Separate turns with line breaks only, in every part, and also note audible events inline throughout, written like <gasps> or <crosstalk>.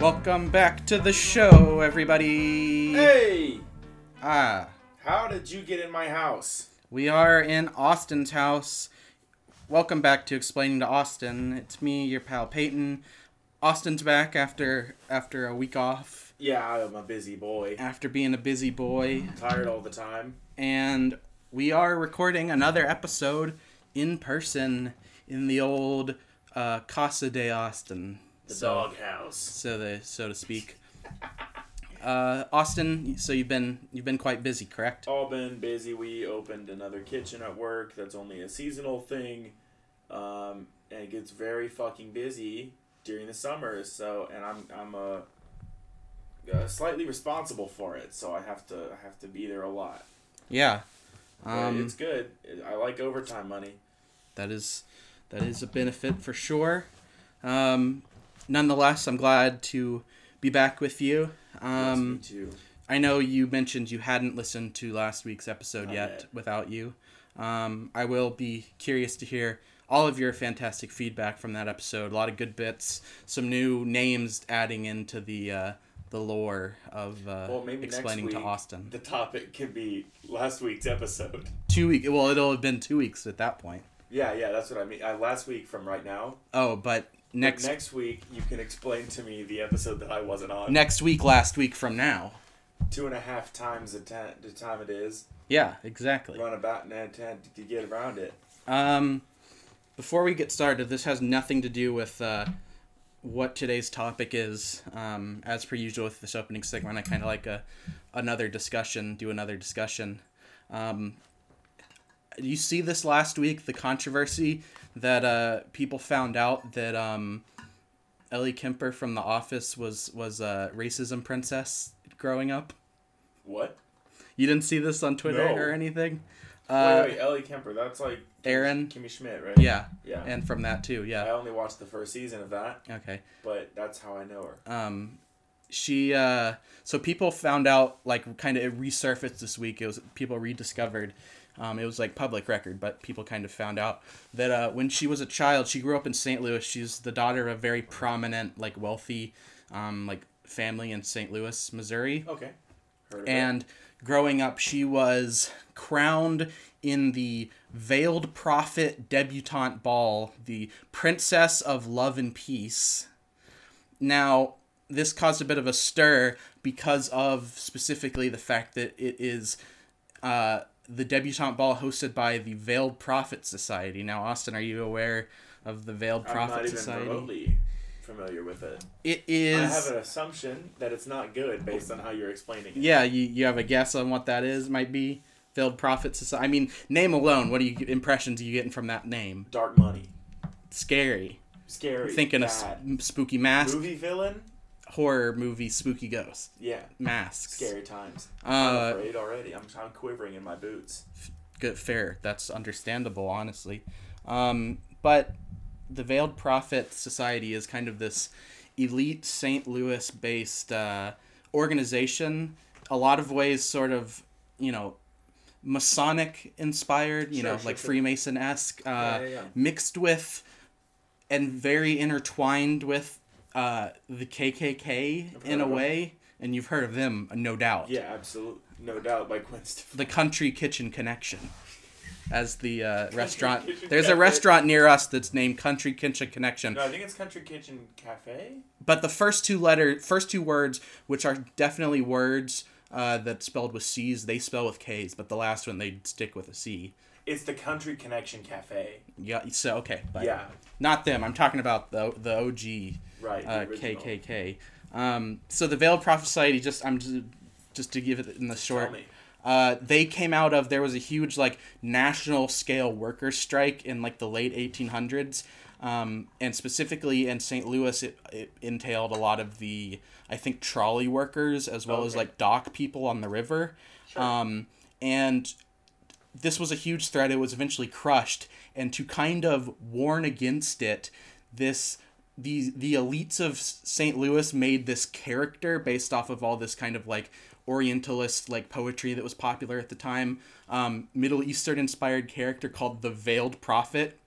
Welcome back to the show, everybody.
Hey!
Ah,
How did you get in my house?
we are in Austin's house. Welcome back to Explaining to Austin. It's me, your pal Peyton. Austin's back after after a week off,
Yeah, I'm a busy boy.
after being a busy boy,
Tired all the time.
and we are recording another episode in person in the old uh, Casa de Austin.
The
So-
doghouse.
so the so to speak. Uh, Austin, so you've been you've been quite busy, correct?
All been busy. We opened another kitchen at work. That's only a seasonal thing. Um, and it gets very fucking busy during the summers. So, and I'm I'm uh, uh, slightly responsible for it. So I have to I have to be there a lot.
Yeah,
But
um,
it's good. I like overtime money.
that is that is a benefit for sure. Um, nonetheless, I'm glad to be back with you. Um,
Yes, me too.
I know you mentioned you hadn't listened to last week's episode
Not
yet
yet.
without you. Um, I will be curious to hear all of your fantastic feedback from that episode. A lot of good bits, some new names adding into the uh, the lore of uh,
Well, maybe
explaining
next week
to Austin.
the topic can be last week's episode.
Two week. Well, it'll have been two weeks at that point.
Yeah, yeah, that's what I mean. Uh, last week from right now.
Oh, but next next,
Next week, you can explain to me the episode that I wasn't on.
week, last week from now.
Two and a half times the, ta- the time it is.
Yeah, exactly.
Run about and attempt to get around it.
Um, before we get started, this has nothing to do with uh, what today's topic is. Um, as per usual with this opening segment, I kind of like a another discussion, do another discussion. Um, you see this last week, the controversy that uh, people found out that um, Ellie Kemper from The Office was was a racism princess growing up.
What?
You didn't see this on Twitter
No.
or anything.
wait,
Uh,
wait, Ellie Kemper. That's like
Aaron?
Kimmy Schmidt, right?
Yeah,
yeah.
and from that too.
I
Yeah.
only watched the first season of that,
Okay.
but that's how I know her.
um she uh so people found out like kind of it resurfaced this week it was people rediscovered um, it was like public record but people kind of found out that uh, when she was a child she grew up in st louis she's the daughter of a very prominent like wealthy um, like family in st louis missouri
Okay. Heard of
and growing up she was crowned in the veiled prophet debutante ball the princess of love and peace now this caused a bit of a stir because of specifically the fact that it is uh, the debutante ball hosted by the veiled prophet society now austin are you aware of the veiled
it. I'm not
prophet
even
society
remotely familiar with it.
it is
I have an assumption that it's not good based on how you're explaining it.
Yeah, you, you have a guess on what that is? Might be failed prophet society. I mean, name alone. What do you impressions are you getting from that name?
Dark money.
Scary.
Scary.
Thinking a
bad.
sp- spooky mask,
movie villain.
horror movie, spooky ghost
Yeah,
masks.
scary times. I'm
Uh,
afraid already. I'm, I'm quivering in my boots.
good, fair. That's understandable, honestly. Um, but the Veiled Prophet Society is kind of this elite St. Louis based uh, organization. A lot of ways, sort of, you know, Masonic inspired, you
Sure,
know,
sure,
like
sure.
Freemason esque, uh,
Yeah, yeah, yeah.
mixed with and very intertwined with uh, the KKK
I've
in
heard
a
of 'em.
way. And you've heard of them, no doubt
Yeah, absolutely, no doubt. By <laughs> Gwen Stefani.
the country kitchen connection as the uh, restaurant
Kitchen
there's a
Cafe.
restaurant near us that's named country kitchen connection
No, I think it's Country Kitchen Cafe.
but the first two letter first two words which are definitely words uh, that spelled with c's they spell with k's but the last one they stick with a c
It's the Country Connection Cafe.
yeah so okay but
Yeah,
not them i'm talking about the the og
right. the
uh,
original.
kkk um, so the veiled prophet society just i'm just, just to give it in the short
Tell me.
uh, they came out of there was a huge like national scale worker strike in like the late 1800s um, and specifically in st louis it, it entailed a lot of the i think trolley workers as well as
Okay.
like dock people on the river
Sure.
um, and this was a huge threat. It was eventually crushed, and to kind of warn against it, this the the elites of St. Louis made this character based off of all this kind of like Orientalist like poetry that was popular at the time, um, Middle Eastern inspired character called the Veiled Prophet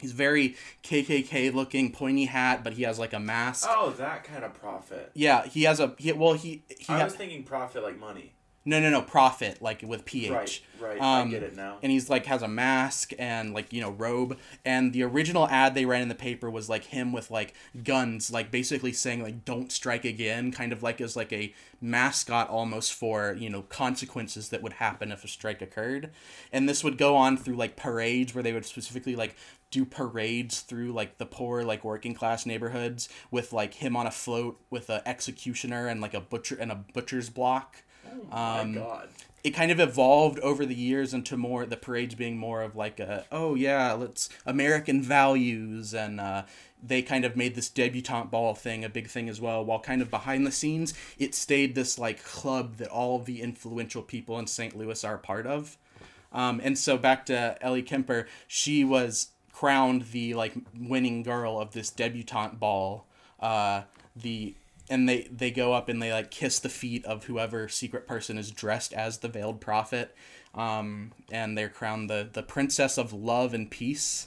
He's very KKK looking, pointy hat, but he has like a mask.
Oh, that kind of profit.
Yeah, he has a he, well he he
I
ha-
was thinking profit like money.
no no no prophet like with ph.
Right, right. I
Um,
get it now.
and he's like has a mask and like you know robe and the original ad they ran in the paper was like him with like guns like basically saying like don't strike again kind of like as like a mascot almost for you know consequences that would happen if a strike occurred and this would go on through like parades where they would specifically like do parades through like the poor like working class neighborhoods with like him on a float with a executioner and like a butcher and a butcher's block
Oh my
um,
god.
it kind of evolved over the years into more the parades being more of like a oh yeah let's American values and uh, they kind of made this debutante ball thing a big thing as well while kind of behind the scenes it stayed this like club that all of the influential people in St. Louis are a part of um, and so back to Ellie Kemper she was crowned the like winning girl of this debutante ball uh, the and they they go up and they like kiss the feet of whoever secret person is dressed as the veiled prophet um, and they're crowned the the princess of love and peace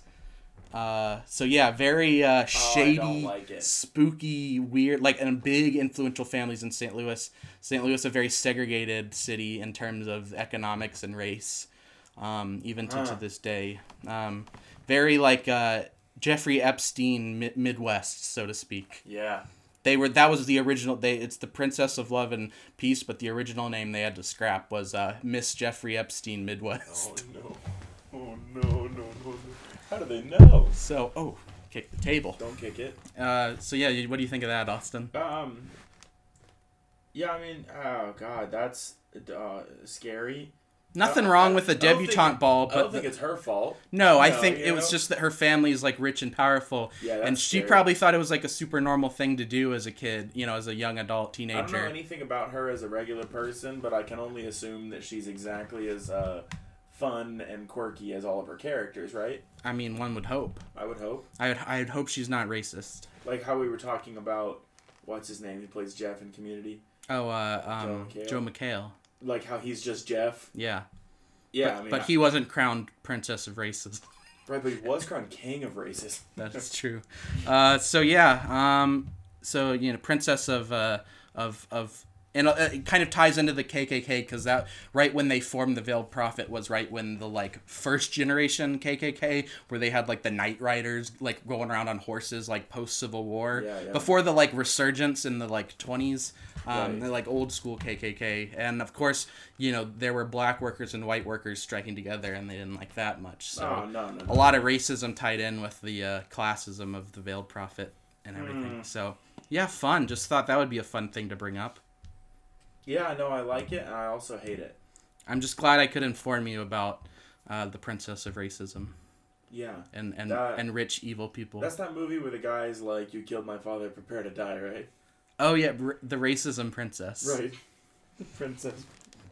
uh, so yeah very uh, shady
Oh, don't like it.
spooky weird like and big influential families in st louis st louis a very segregated city in terms of economics and race um, even to,
Ah.
to this day um, very like uh, jeffrey epstein mi- midwest so to speak
Yeah.
they were that was the original they it's the princess of love and peace but the original name they had to scrap was uh, miss jeffrey epstein midwest
Oh no. Oh no, no, no, no. How do they know?
<laughs> so oh kick the table
Don't kick it.
uh, so yeah you- what do you think of that austin
Um. Yeah, I mean, oh god, that's uh, scary.
nothing
I-
wrong
I-
with
I
the
don't think-
debutante ball
I don't
but
think
the-
it's her fault.
no i
no,
think
you
it was
know?
just that her family's like rich and powerful
Yeah,
and
that's
she
scary.
probably thought it was like a super normal thing to do as a kid you know as a young adult
I don't know
teenager
anything about her as a regular person, but I can only assume that she's exactly as uh, fun and quirky as all of her characters, right?
i mean one would hope
I would hope.
i would i would hope she's not racist
Like how we were talking about what's his name? He plays Jeff in Community.
oh uh um
Joe McHale.
joe mchale
Like how he's just Jeff.
yeah
Yeah,
but,
I mean,
but he wasn't crowned princess of racism.
right, but he was crowned king of
<laughs>
racism.
That is true. Uh, so yeah, um, so you know, princess of uh, of of, and uh, it kind of ties into the KKK because that right when they formed the Veiled Prophet was right when the like first generation KKK where they had like the Night Riders like going around on horses like post Civil War
Yeah, yeah.
before the like resurgence in the like twenties. Um,
Right.
they're, like old school KKK, and of course, you know there were black workers and white workers striking together, and they didn't like that much. So
Oh no, no,
a
no.
lot of racism tied in with the uh, classism of the veiled prophet and
Hmm.
everything. So yeah, fun. Just thought that would be a fun thing to bring up.
Yeah, no, I like it, and I also hate it.
I'm just glad I could inform you about uh, the princess of racism
Yeah,
and and,
That-
and rich evil people.
that's that movie where the guy's like, "You killed my father, prepare to die," right?
Oh yeah, r- the racism princess.
Right. <laughs> Princess.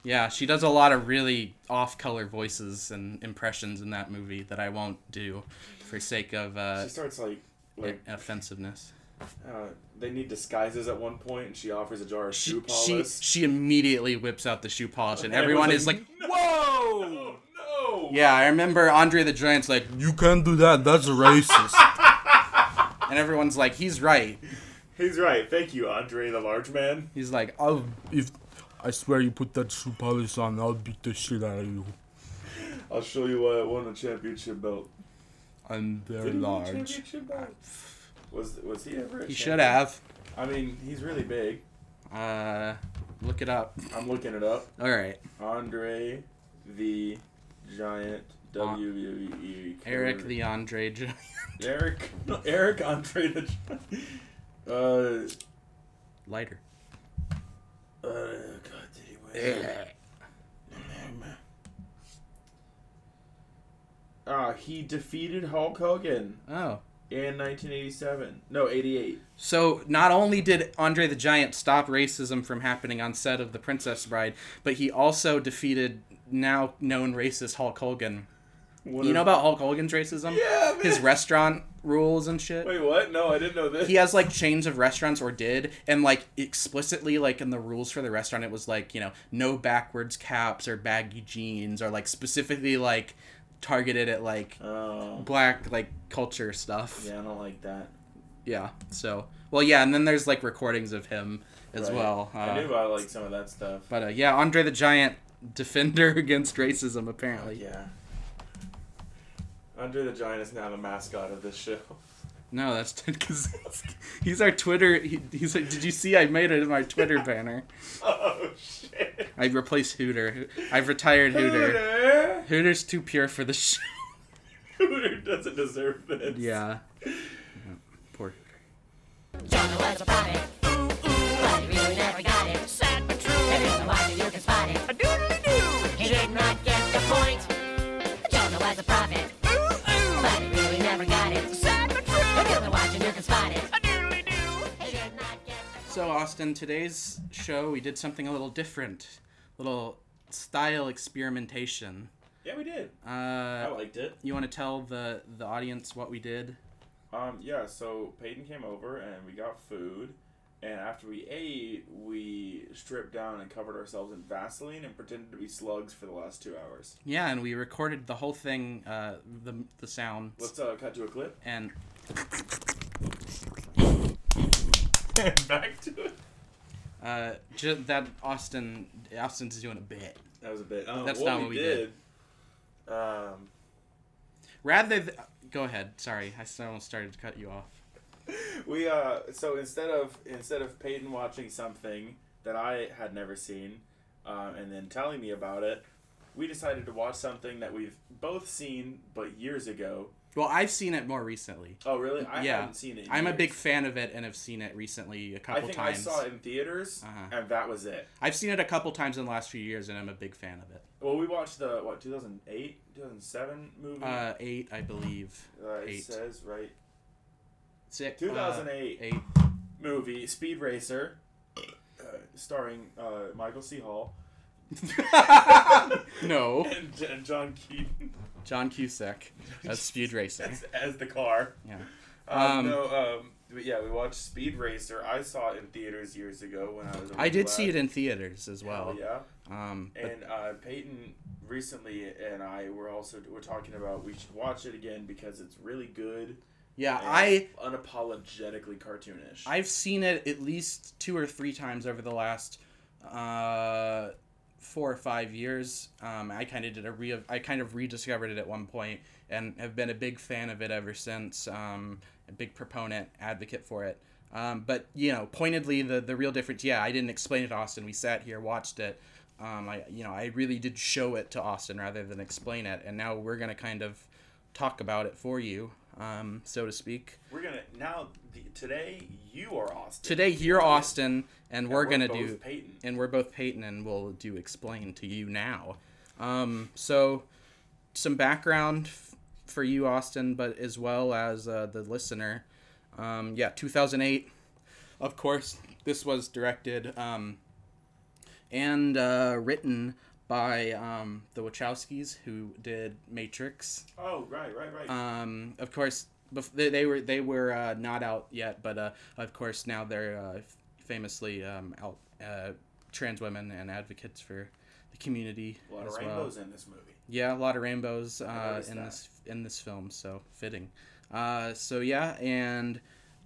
Yeah, she does a lot of really off-color voices and impressions in that movie that I won't do, for sake of uh,
She starts like, like
offensiveness.
uh, they need disguises at one point, and she offers a jar of
She,
shoe
she
polish.
she immediately whips out the shoe polish,
<laughs>
and
And
everyone
everyone's
is
like,
like,
Whoa! Oh, No!
Oh, Yeah, I remember Andre the Giant's like, "You can't do that. That's racist." and everyone's like, "He's right."
He's right. Thank you, Andre the Large Man.
He's like, "Oh,
If I swear you put that shoe polish on, I'll beat the shit out of you.
I'll show you why I won a championship belt.
I'm very
Did he win a
large.
championship belt? Was was he ever? A
he
champion?
should have."
I mean, he's really big.
Uh, look it up.
I'm looking it up.
All right,
Andre the Giant. WWE.
Uh, Eric
current-
the Andre Giant. <laughs>
Eric <laughs> Eric Andre the <laughs> Uh, Giant.
Lighter.
Uh, uh, God, did he win? Ah, he defeated Hulk Hogan
Oh,
in 1987. No, 88.
so not only did Andre the Giant stop racism from happening on set of The Princess Bride, but he also defeated now known racist Hulk Hogan.
What
You
a-
know about Hulk Hogan's racism?
<laughs> Yeah, man.
His restaurant rules and shit.
Wait, what? No, I didn't know this.
he has like chains of restaurants or did and like explicitly like in the rules for the restaurant it was like you know no backwards caps or baggy jeans or like specifically like targeted at like
Oh.
black like culture stuff.
Yeah, I don't like that.
Yeah, So well, yeah, and then there's like recordings of him as
Right.
well. Uh,
I knew I liked some of that stuff.
But uh, yeah, Andre the Giant defender <laughs> against racism apparently.
Oh, Yeah. Andre the Giant is now the mascot of this show. <laughs>
No, that's <laughs> Ted Kaczynski. He's our Twitter. He, he's like, did you see? I made it in my Twitter
<laughs>
banner.
Oh shit.
I replaced Hooter. I've retired Hooter.
<laughs> Hooter.
Hooter's too pure for the <laughs> show.
Hooter doesn't deserve
<laughs>
this.
Yeah. Poor Hooter.
Jonah was a product. Ooh, ooh, but he really never got it. Sad but true. There is a why that you can spot it. A doodly doo. He did not get the point. Jonah was a prophet. Ooh, ooh. But he really never got it. Sad but true. There is a why that you can spot it. A doodly doo. He did not get the
So Austin, today's show we did something a little different, little style experimentation.
Yeah, we did. I
Uh,
liked it.
you want to tell the the audience what we did?
Um, yeah, so Peyton came over and we got food. And after we ate, we stripped down and covered ourselves in Vaseline and pretended to be slugs for the last two hours.
Yeah, and we recorded the whole thing, uh, the the sound
Let's uh, cut to a clip.
and
And <laughs> back to it.
uh, ju- that Austin Austin's doing a bit.
That was a bit. Um,
That's
what
not
we
what we
did. Um,
Rather, th- go ahead. Sorry, I s- almost started to cut you off.
we uh, so instead of instead of Peyton watching something that I had never seen, um, and then telling me about it, we decided to watch something that we've both seen but years ago.
Well, I've seen it more recently.
Oh, really? I
Yeah.
haven't seen it. in
I'm a
years.
big fan of it and have seen it recently a
I
couple
think
times.
I saw it in theaters,
Uh-huh.
and that was it.
I've seen it a couple times in the last few years, and I'm a big fan of it.
Well, we watched the what 2008, 2007 movie.
Uh, eight, I believe.
Uh, it
eight.
says right
Six.
2008.
Uh, eight. <laughs>
movie Speed Racer, uh, starring uh, Michael C. Hall
no.
and, and John Keaton <laughs>
John Cusack. That's Speed Racer.
as, as the car.
Yeah.
Um,
Um,
no, um, but yeah, we watched Speed Racer. I saw it in theaters years ago when I was. a
I did
lad.
see it in theaters as
Oh,
well.
yeah,
Um, but
and uh, Peyton recently and I were also we're talking about we should watch it again because it's really good.
yeah,
and
I
unapologetically cartoonish.
I've seen it at least two or three times over the last uh, four or five years. Um, I kind of did a re I kind of rediscovered it at one point and have been a big fan of it ever since. Um, a big proponent, advocate for it. Um, but you know, pointedly, the the real difference. Yeah, I didn't explain it to Austin. We sat here, watched it. Um, I you know I really did show it to Austin rather than explain it. And now we're gonna kind of talk about it for you, um, so to speak.
we're gonna now the, today you are Austin.
Today you're Austin, and we're,
we're
gonna
both
do
Peyton.
and we're both Peyton, and we'll do explain to you now. Um, so some background f- for you, Austin, but as well as uh, the listener. Um, yeah, 2008. Of course, this was directed um, and uh, written by um, the Wachowskis, who did Matrix.
Oh right, right, right.
Um, of course, bef- they, they were they were uh, not out yet, but uh, of course now they're uh, f- famously um, out uh, trans women and advocates for the community
a lot
as
of
well.
rainbows in this movie.
Yeah, a lot of rainbows uh,
noticed
in
that.
this in this film, so fitting. Uh, so yeah, and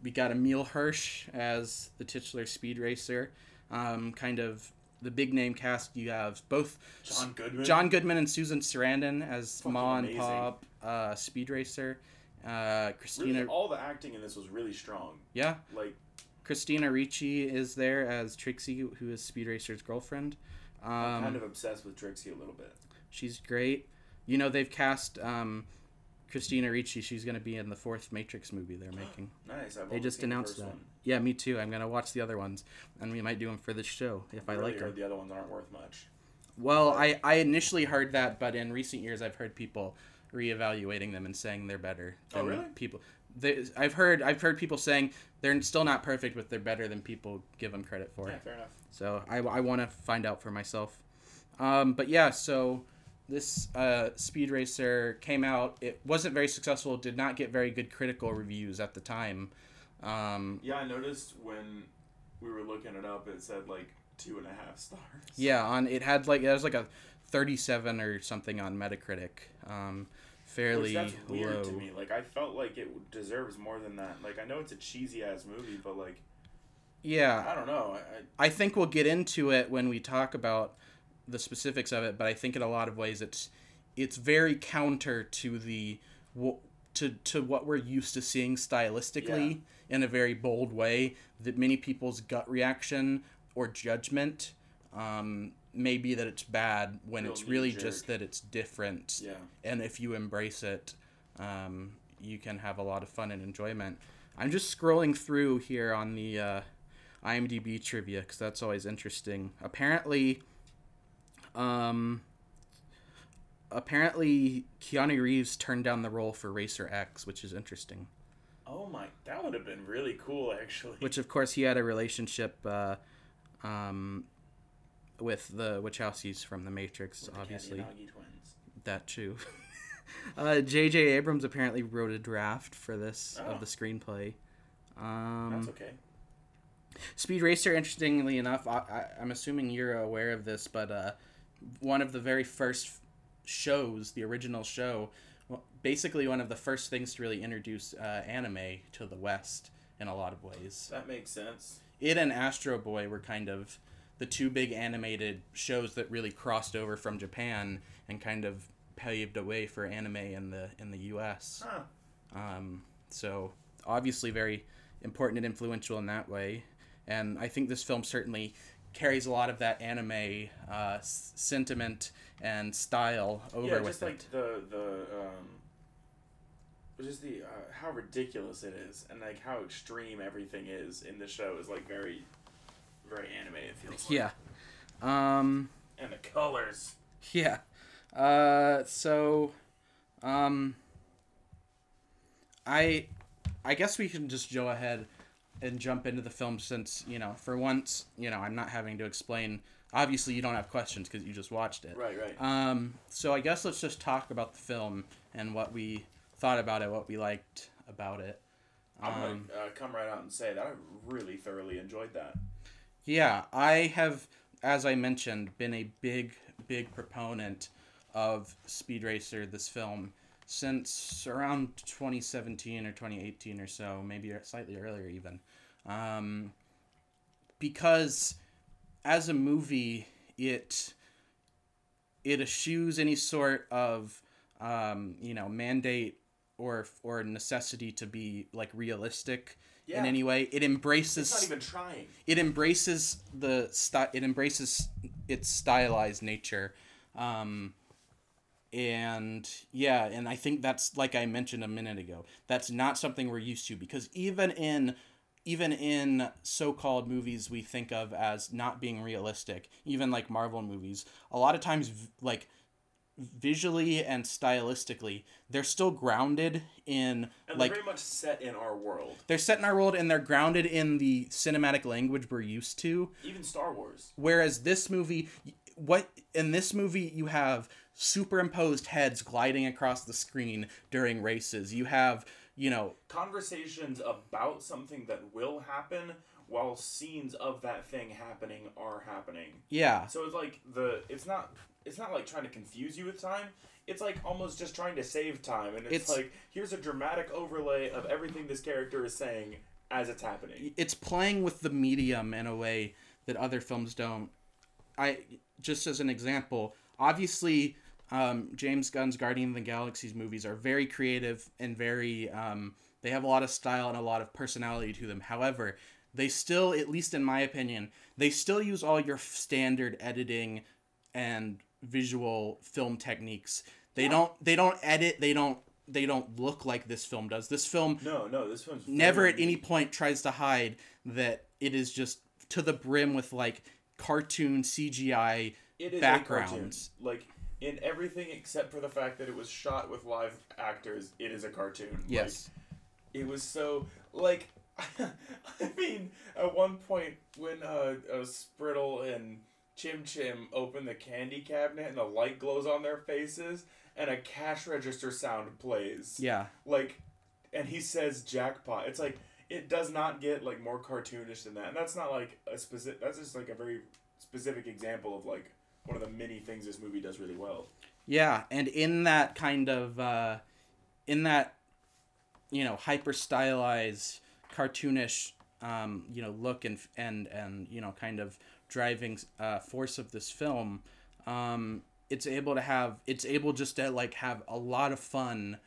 we got Emil Hirsch as the titular speed racer. Um, kind of the big name cast. You have both
John Goodman.
John Goodman and Susan Sarandon as
Fucking
Ma and
amazing.
Pop, uh, speed racer. Uh,
Really,
Christina,
all the acting in this was really strong.
yeah,
Like
Christina Ricci is there as Trixie, who is speed racer's girlfriend. Um,
I'm kind of obsessed with Trixie a little bit.
She's great. You know they've cast um, Christina Ricci. She's going to be in the fourth Matrix movie
<gasps>
they're making.
Nice. I've
They
only
just
seen the
announced
first
that.
one.
Yeah, me too. I'm going to watch the other ones, and we might do them for this show if I
Really
like
heard
them.
The other ones aren't worth much.
Well, I I initially heard that, but in recent years I've heard people reevaluating them and saying they're better.
Oh,
Than
really?
People. They, I've heard I've heard people saying they're still not perfect, but they're better than people give them credit for.
Yeah, fair enough.
So I, I want to find out for myself. Um, but yeah, so this uh, Speed Racer came out. It wasn't very successful. Did not get very good critical reviews at the time. Um,
Yeah, I noticed when we were looking it up, it said like two and a half stars.
yeah, on it had like it was like a 37 or something on Metacritic. Um,
Which
fairly
that's weird
low.
to me. Like I felt like it deserves more than that. Like I know it's a cheesy ass movie, but like
Yeah,
I don't know. I, I
I think we'll get into it when we talk about the specifics of it, but I think in a lot of ways it's it's very counter to the wh- to to what we're used to seeing stylistically in a very bold way that many people's gut reaction or judgment um, may be that it's bad when
Real
it's really
knee-jerk.
just that it's different
yeah.
and if you embrace it, um, you can have a lot of fun and enjoyment. I'm just scrolling through here on the uh, IMDb trivia because that's always interesting. Apparently, um, apparently Keanu Reeves turned down the role for Racer X, which is interesting.
Oh my, that would have been really cool actually. <laughs>
Which, of course, he had a relationship uh, um, with the Wachowskis from The Matrix,
With the
obviously.
Katyanagi twins.
that too. <laughs> Uh, J.J. Abrams apparently wrote a draft for this
Oh.
of the screenplay.
That's
Um,
okay.
Speed Racer, interestingly enough, I, I, I'm assuming you're aware of this, but uh, one of the very first shows, the original show, well, basically one of the first things to really introduce uh, anime to the West in a lot of ways.
That makes sense.
It and Astro Boy were kind of the two big animated shows that really crossed over from Japan and kind of paved the way for anime in the in the U.S.
Huh.
Um, so obviously very important and influential in that way, and I think this film certainly carries a lot of that anime uh, s- sentiment and style over
yeah,
with
just
it.
like the the um, just the uh, how ridiculous it is, and like how extreme everything is in the show is like very, very anime. It feels
yeah.
like.
Um,
and the colors.
Yeah. Uh, so, um, I, I guess we can just go ahead and jump into the film since you know, for once, you know, I'm not having to explain. Obviously, you don't have questions because you just watched it.
Right, right.
Um, so I guess let's just talk about the film and what we thought about it, what we liked about it.
I'm
um,
gonna uh, come right out and say that I really thoroughly enjoyed that.
Yeah, I have, as I mentioned, been a big, big proponent of Speed Racer, this film, since around 2017 or 2018 or so, maybe er, slightly earlier even. Um, because as a movie, it it eschews any sort of um, you know mandate or or necessity to be like realistic
Yeah.
in any way. It embraces
It's not even trying.
it embraces the sty- it embraces its stylized nature um and yeah and i think that's like i mentioned a minute ago that's not something we're used to because even in even in so-called movies we think of as not being realistic even like marvel movies a lot of times v- like visually and stylistically they're still grounded in
And
like
they're very much set in our world.
they're set in our world and they're grounded in the cinematic language we're used to
Even Star Wars.
whereas this movie what in this movie you have superimposed heads gliding across the screen during races you have you know
Conversations about something that will happen while scenes of that thing happening are happening.
yeah
So it's like the it's not it's not like trying to confuse you with time. It's like almost just trying to save time and it's,
It's-
like here's a dramatic overlay of everything this character is saying as it's happening.
it's playing with the medium in a way that other films don't i just as an example obviously um, james gunn's guardian of the galaxy's movies are very creative and very um, they have a lot of style and a lot of personality to them however they still at least in my opinion they still use all your standard editing and visual film techniques they don't they don't edit they don't they don't look like this film does this film
No, no, this one's
never
very-
at any point tries to hide that it is just to the brim with like cartoon CGI
it is
backgrounds.
a cartoon. Like in everything except for the fact that it was shot with live actors, it is a cartoon.
Yes.
Like, it was so like <laughs> I mean, at one point when uh, uh Sprittle and Chim Chim open the candy cabinet and the light glows on their faces and a cash register sound plays.
yeah.
Like and he says jackpot. It's like it does not get like more cartoonish than that. And that's not like a specific that's just like a very specific example of like one of the many things this movie does really well.
Yeah, and in that kind of uh, in that you know hyper stylized, cartoonish um, you know look and and and you know kind of driving uh, force of this film, um, it's able to have it's able just to like have a lot of fun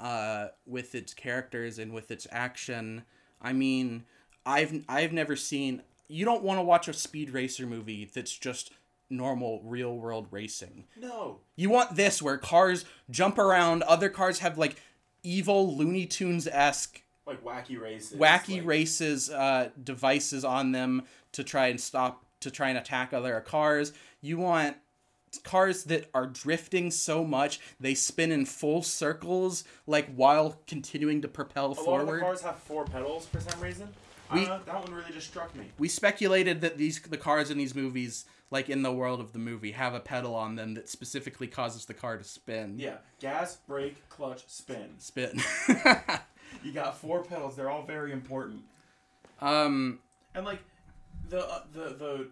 uh, with its characters and with its action. I mean, I've I've never seen. You don't want to watch a speed racer movie that's just normal real world racing.
No,
You want this where cars jump around, other cars have like evil Looney Tunes esque
like wacky races,
wacky
like-
races uh, devices on them to try and stop to try and attack other cars. You want cars that are drifting so much they spin in full circles like while continuing to propel
A lot of the
forward.
cars have four pedals for some reason.
We-
I don't know, that one really just struck me.
we speculated that these the cars in these movies like in the world of the movie have a pedal on them that specifically causes the car to spin.
Yeah, gas, brake, clutch, spin.
Spin. <laughs>
You got four pedals. They're all very important.
um
And like the uh, the the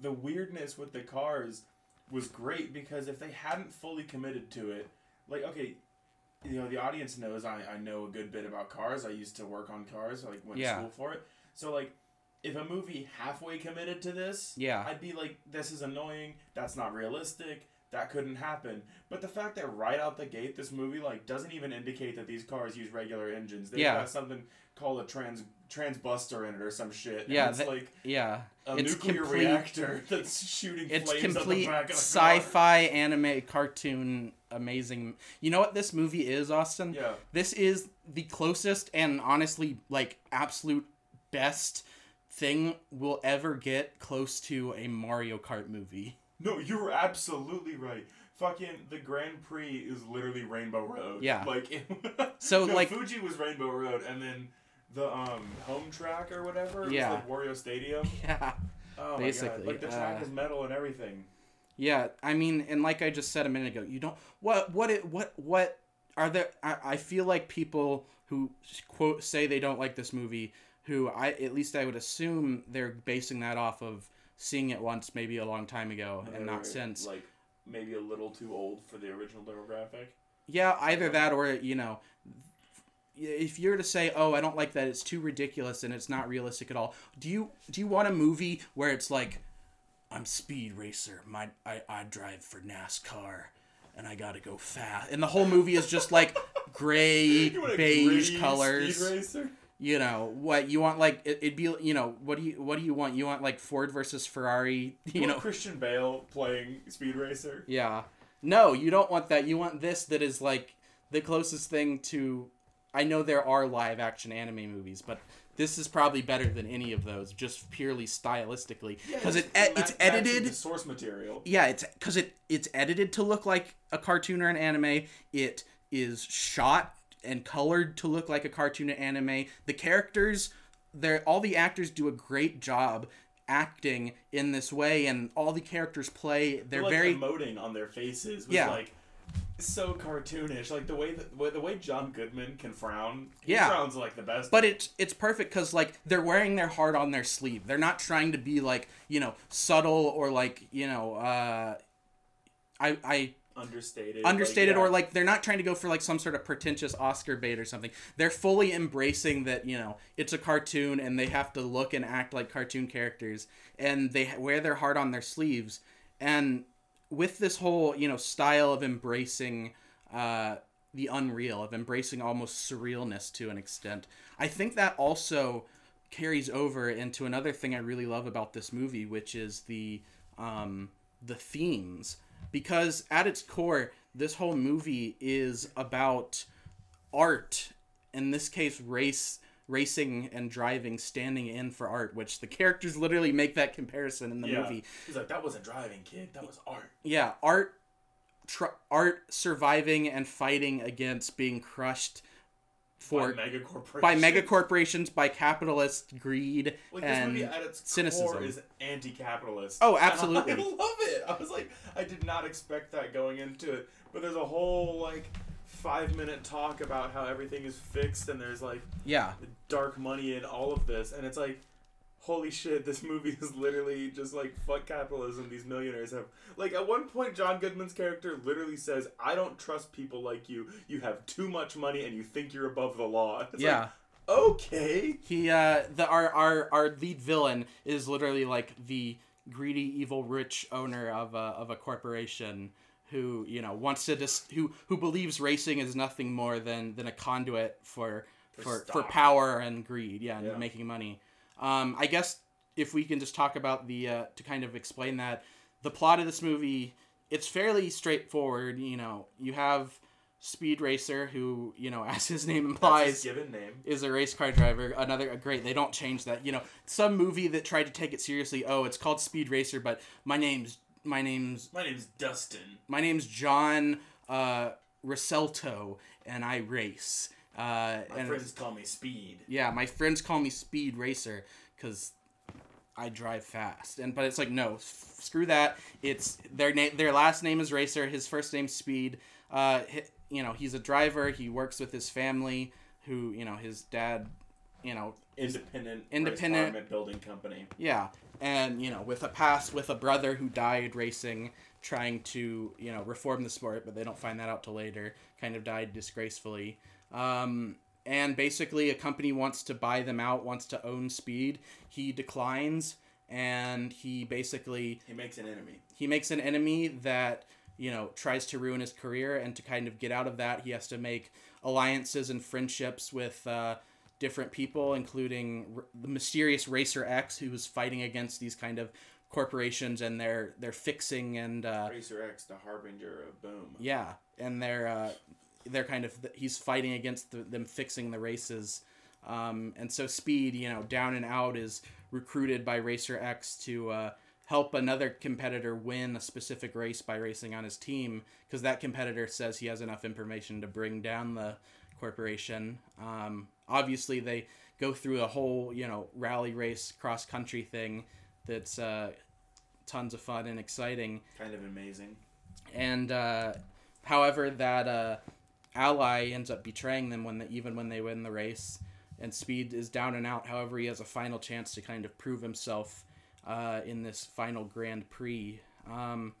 the weirdness with the cars was great because if they hadn't fully committed to it, like okay, you know the audience knows I, I know a good bit about cars. I used to work on cars. I like went
Yeah.
to school for it. So like if a movie halfway committed to this,
Yeah.
I'd be like this is annoying. That's not realistic. That couldn't happen. But the fact that right out the gate this movie like doesn't even indicate that these cars use regular engines. They've
Yeah.
got something called a trans transbuster in it or some shit. and
Yeah,
it's
that-
like
yeah.
a
it's
nuclear
complete
reactor <laughs> that's shooting
it's
flames out the
complete
back of the car.
sci-fi anime cartoon amazing you know what this movie is austin
Yeah.
this is the closest and honestly like absolute best thing we'll ever get close to a mario kart movie <laughs>
No, you're absolutely right. Fucking the Grand Prix is literally Rainbow Road.
Yeah.
Like it, <laughs>
So,
no,
like-
Fuji was Rainbow Road, and then the um home track or whatever was,
Yeah.
like Wario Stadium.
yeah
Oh my
Basically,
god! Like the track
uh,
is metal and everything.
Yeah, I mean, and like I just said a minute ago, you don't what what it what what are there? I, I feel like people who quote say they don't like this movie, who I at least I would assume they're basing that off of seeing it once, maybe a long time ago, and
They're,
not since.
Like maybe a little too old for the original demographic.
Yeah, either that or you know, if you're to say, "Oh, I don't like that. It's too ridiculous and it's not realistic at all." Do you do you want a movie where it's like, "I'm speed racer. My I I drive for NASCAR." And I gotta go fast, and the whole movie is just
<laughs>
like gray,
You want a gritty
beige
speed
colors.
racer? You
You know what you want? Like it, it'd be, you know, what do you what do you want? You want like Ford versus Ferrari? <laughs> You
want
know,
Christian Bale playing Speed Racer.
yeah. No, you don't want that. You want this that is like the closest thing to. I know there are live action anime movies, but this is probably better than any of those, just purely stylistically, because it
Just
e- it's
ma- matching the
edited.
source material.
Yeah, it's because it it's edited to look like a cartoon or an anime. It is shot and colored to look like a cartoon or anime. The characters, they're all the actors do a great job acting in this way, and all the characters play. They're
They're like
very
emoting on their faces was
Yeah.
like so cartoonish. Like the way that the way John Goodman can frown. He
Yeah.
frowns like the best.
but it's it's perfect because like they're wearing their heart on their sleeve they're not trying to be like you know subtle or like you know uh i i
understated.
understated
yeah.
or like they're not trying to go for like some sort of pretentious oscar bait or something they're fully embracing that you know it's a cartoon and they have to look and act like cartoon characters and they wear their heart on their sleeves and with this whole you know style of embracing uh the unreal of embracing almost surrealness to an extent i think that also carries over into another thing i really love about this movie which is the um the themes because at its core this whole movie is about art in this case race racing and driving standing in for art which the characters literally make that comparison in the
Yeah.
movie
He's like, that wasn't driving, kid. That was art.
yeah art tr- art surviving and fighting against being crushed for
by mega corporation.
by mega corporations by capitalist greed
Like this
and
movie at its
cynicism.
core is anti-capitalist.
Oh,
And
absolutely.
I <laughs> love it. I was like, I did not expect that going into it, but there's a whole like five-minute talk about how everything is fixed and there's like
yeah
dark money in all of this, and it's like, holy shit, this movie is literally just like fuck capitalism. These millionaires have like at one point John Goodman's character literally says, "I don't trust people like you. You have too much money and you think you're above the law." <laughs> It's like,
yeah.
okay.
He uh the our our our lead villain is literally like the greedy evil rich owner of a of a corporation who you know wants to just who who believes racing is nothing more than than a conduit for for for
stock.
power and greed yeah and
Yeah.
making money um i guess if we can just talk about the uh to kind of explain that the plot of this movie it's fairly straightforward you know you have speed racer who you know <laughs> as his name
That's
implies
his given name.
is a race car driver. Another great. They don't change that. You know, some movie that tried to take it seriously. Oh, it's called Speed Racer, but my name's my name's
My name's Dustin.
my name's John uh, Roselto, and I race. Uh,
My
and
friends call me Speed.
yeah, my friends call me Speed Racer because I drive fast. And but it's like no, f- screw that. It's their name. Their last name is Racer. His first name's Speed. Uh, hi- you know, he's a driver. He works with his family, who you know, his dad. You know,
Independent.
Independent-
race armament building company.
yeah, and you know, with a past with a brother who died racing, trying to you know reform the sport, but they don't find that out till later. Kind of died disgracefully. Um, and basically, a company wants to buy them out, wants to own Speed. He declines, and he basically
He makes an enemy.
he makes an enemy that you know tries to ruin his career and to kind of get out of that he has to make alliances and friendships with uh, different people including r- the mysterious racer x who is fighting against these kind of corporations and their their fixing and uh,
Racer X, the harbinger of boom.
yeah and they're uh, they're kind of he's fighting against the, them fixing the races um, and so speed you know down and out is recruited by racer x to uh, help another competitor win a specific race by racing on his team because that competitor says he has enough information to bring down the corporation um, obviously they go through a whole you know rally race cross country thing that's uh, tons of fun and exciting
Kind of amazing.
and uh, however that uh, ally ends up betraying them when they, even when they win the race and speed is down and out however he has a final chance to kind of prove himself uh, in this final grand prix um,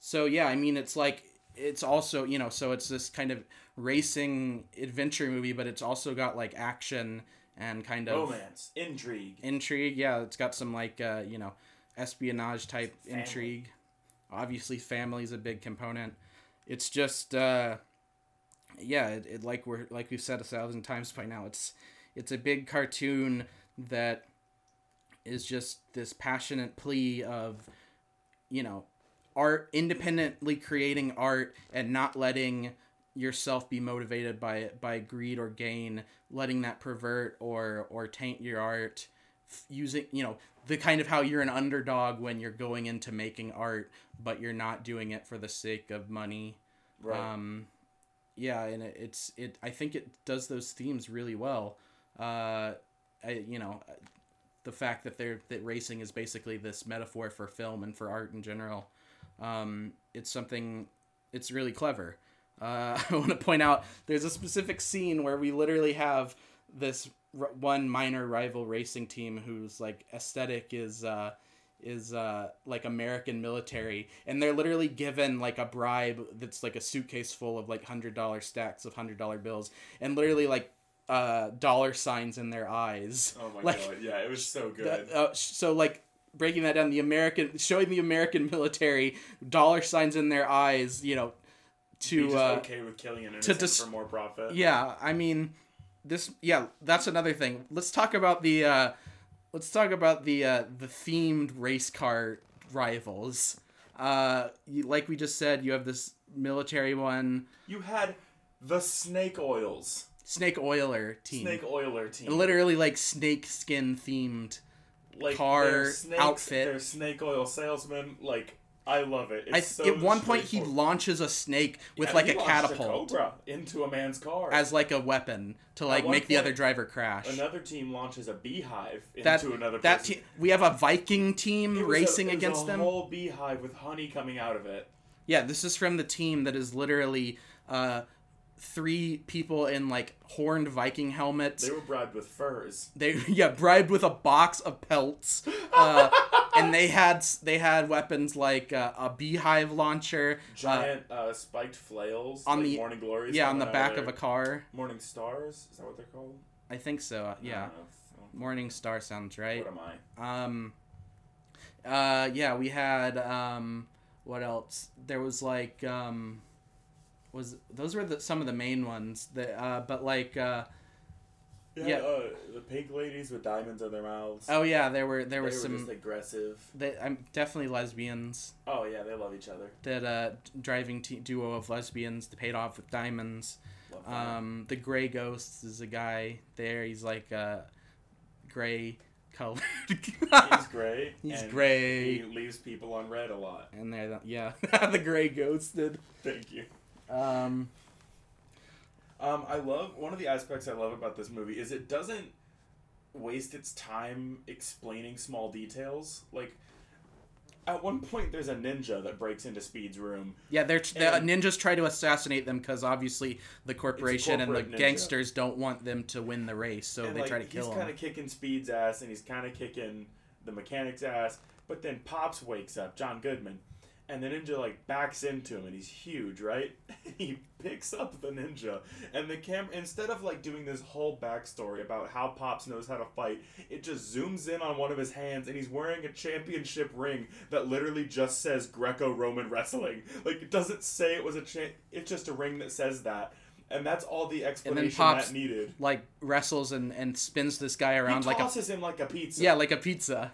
so yeah i mean it's like it's also you know so it's this kind of racing adventure movie but it's also got like action and kind of
Romance, intrigue.
intrigue. Yeah, it's got some like uh, you know espionage type intrigue. Obviously, family's a big component. It's just uh, yeah, it, it like we're like we've said a thousand times by now. It's it's a big cartoon that is just this passionate plea of you know art independently creating art and not letting yourself be motivated by by greed or gain letting that pervert or or taint your art f- using you know the kind of how you're an underdog when you're going into making art but you're not doing it for the sake of money
Right.
um yeah and it, it's it i think it does those themes really well uh I, you know the fact that they're that racing is basically this metaphor for film and for art in general um it's something it's really clever uh <laughs> i want to point out there's a specific scene where we literally have this r- one minor rival racing team whose like aesthetic is uh is uh, like American military, and they're literally given like a bribe that's like a suitcase full of like hundred dollar stacks of hundred dollar bills, and literally like uh, dollar signs in their eyes.
oh
<laughs>
my
like,
god. Yeah, it was so good.
that- uh, so like breaking that down, the American showing the American <laughs> military dollar signs in their eyes, you know,
Be
to
just
uh,
okay with killing an innocent
dis-
for more profit.
yeah i mean this yeah that's another thing let's talk about the uh let's talk about the uh the themed race car rivals uh you, like we just said you have this military one
You had the snake oils,
snake oiler team
snake oiler team,
literally like snake skin themed
like
car
their snakes,
outfit.
Their snake oil salesman. Like I love it. It's
I,
so
at one point he
straightforward.
launches a snake with
Yeah,
like
he
a
launched
catapult
cobra into a man's car.
as like a weapon to like
one
make the
point,
other driver crash
another team launches a beehive into
that,
another.
that
person.
team we have a viking team
It was a-
racing
it was
against
a
them
whole beehive with honey coming out of it.
Yeah, this is from the team that is literally uh, three people in like horned Viking helmets.
They were bribed with furs.
They <laughs> yeah bribed with a box of pelts,
<laughs>
uh, and they had they had weapons like uh, a beehive launcher, uh,
Giant uh, spiked flails
on
like
the-
morning glories.
yeah,
and
on the
that
back
other-
of a car.
morning stars. Is that what they're called?
I think so. Yeah,
I don't know if- I don't-
Morning Star sounds right.
What am I?
Um, uh, yeah, we had um, what else? There was like um, was those were the, some of the main ones. That uh, but like uh,
Yeah,
Yeah.
Uh, the pink ladies with diamonds on their mouths.
oh yeah, there were there
they
were
were
some.
just aggressive.
they, I'm definitely lesbians.
Oh yeah, they love each other.
That uh, driving te- duo of lesbians that paid off with diamonds.
Love them.
Um, the Gray Ghosts is a guy there. He's like uh, gray colored. <laughs>
he's great.
He's
and
gray.
He leaves people on red a lot. <laughs>
and there, yeah, <laughs> the Gray Ghosted.
Thank you.
Um,
Um, I love one of the aspects I love about this movie is it doesn't waste its time explaining small details. Like at one point, there's a ninja that breaks into Speed's room.
yeah, they're tr- the
And-
ninjas try to assassinate them because obviously the corporation and the
corporate ninja.
gangsters don't want them to win the race, so
and,
they
like,
try to kill
He's
them.
kind of kicking Speed's ass, and he's kind of kicking the mechanic's ass. But then Pops wakes up, John Goodman, and the ninja like backs into him, and he's huge, right? <laughs> he picks up the ninja, and the camera instead of like doing this whole backstory about how Pops knows how to fight, it just zooms in on one of his hands, and he's wearing a championship ring that literally just says Greco-Roman wrestling. <laughs> Like it doesn't say it was a cha- it's just a ring that says that. And that's all the explanation
Pops-
that needed.
Like wrestles and and spins this guy around
He
like a
tosses him like a
<laughs>
pizza.
yeah, like a pizza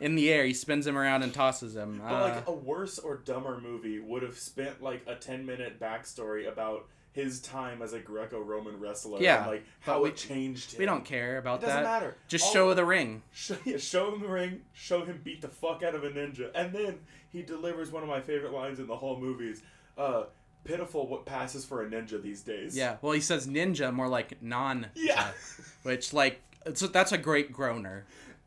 in the air. He spins him around and tosses him.
But
Uh,
like a worse or dumber movie would have spent like a ten minute backstory about his time as a Greco-Roman wrestler.
Yeah,
and, like
but
how
we-
it changed him.
we don't care about
oh, It doesn't
that.
matter.
Just
All-
show the ring.
<laughs> Show, yeah, show him the ring. Show him beat the fuck out of a ninja, and then he delivers one of my favorite lines in the whole movie. Is, uh, pitiful what passes for a ninja these days.
Yeah. Well, he says ninja more like non.
Yeah.
<laughs> Which like it's a, that's a great groaner.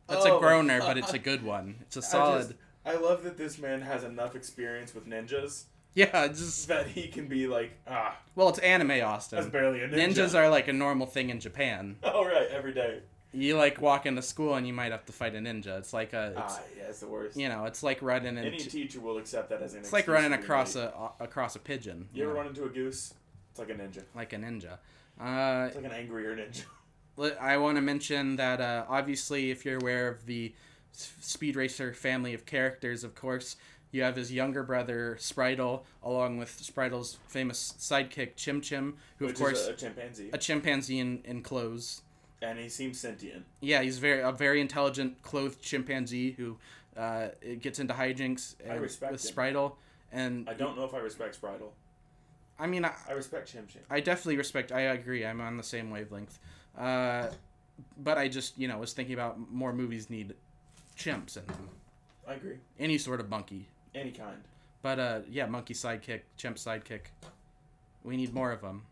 That's a
Oh.
groaner,
<laughs>
but it's a good one. It's a
I,
solid.
just, I love that this man has enough experience with ninjas
<laughs> yeah. it's Just
that he can be like, ah,
well, it's anime, Austin.
that's barely a ninja. <laughs>
Ninjas are like a normal thing in Japan.
all right every day.
You like walk into school and you might have to fight a ninja. It's like a, it's,
Ah, yeah, it's the worst.
you know, it's like running
Any
into,
teacher will accept that as an.
it's like running across a across a pigeon.
You ever
know,
run into a goose? It's like a ninja.
like a ninja. Uh,
It's like an angrier ninja. <laughs>
let- I want to mention that uh, obviously, if you're aware of the S- Speed Racer family of characters, of course, you have his younger brother Spritel, along with Spritel's famous sidekick Chim Chim, who
Which
of course
is a, a chimpanzee,
a chimpanzee in, in clothes.
and he seems sentient.
Yeah, he's very a very intelligent, clothed chimpanzee who uh, gets into hijinks and,
respect
with
him.
Spritel. And
I don't know if I respect Spritel.
I mean, I,
I respect Chim Chim.
I definitely respect. I agree. I'm on the same wavelength. Uh, but I just, you know, was thinking about more movies need chimps and
I agree.
any sort of monkey.
Any kind.
But uh, yeah, monkey sidekick, chimp sidekick. We need more of them.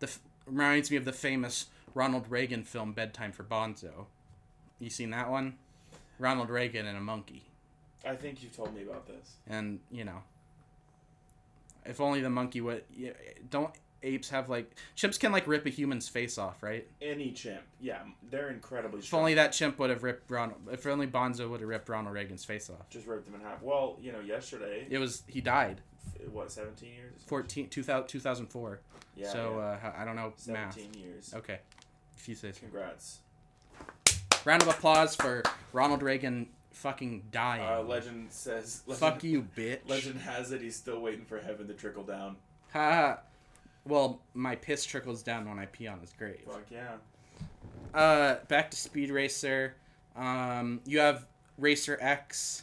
The f- reminds me of the famous Ronald Reagan film Bedtime for Bonzo. You seen that one? Ronald Reagan and a monkey.
I think you've told me about this.
and you know if only the monkey would yeah, don't apes have like chimps can like rip a human's face off right
Any chimp. Yeah, they're incredibly
if only that chimp would have ripped ronald if only bonzo would have ripped ronald reagan's face off
Just ripped them in half. Well, you know, yesterday,
it was he died
f- what, 17 years? or
14
something?
2000, 2004
Yeah,
so
yeah.
uh how- i don't know
17 years.
math okay if you say so.
Congrats.
round of applause for ronald reagan fucking dying
Uh, legend says. Legend,
fuck you bitch
Legend has it he's still waiting for heaven to trickle down.
ha well my piss trickles down when i pee on his grave
Fuck yeah.
uh, back to Speed Racer. Um, you have Racer X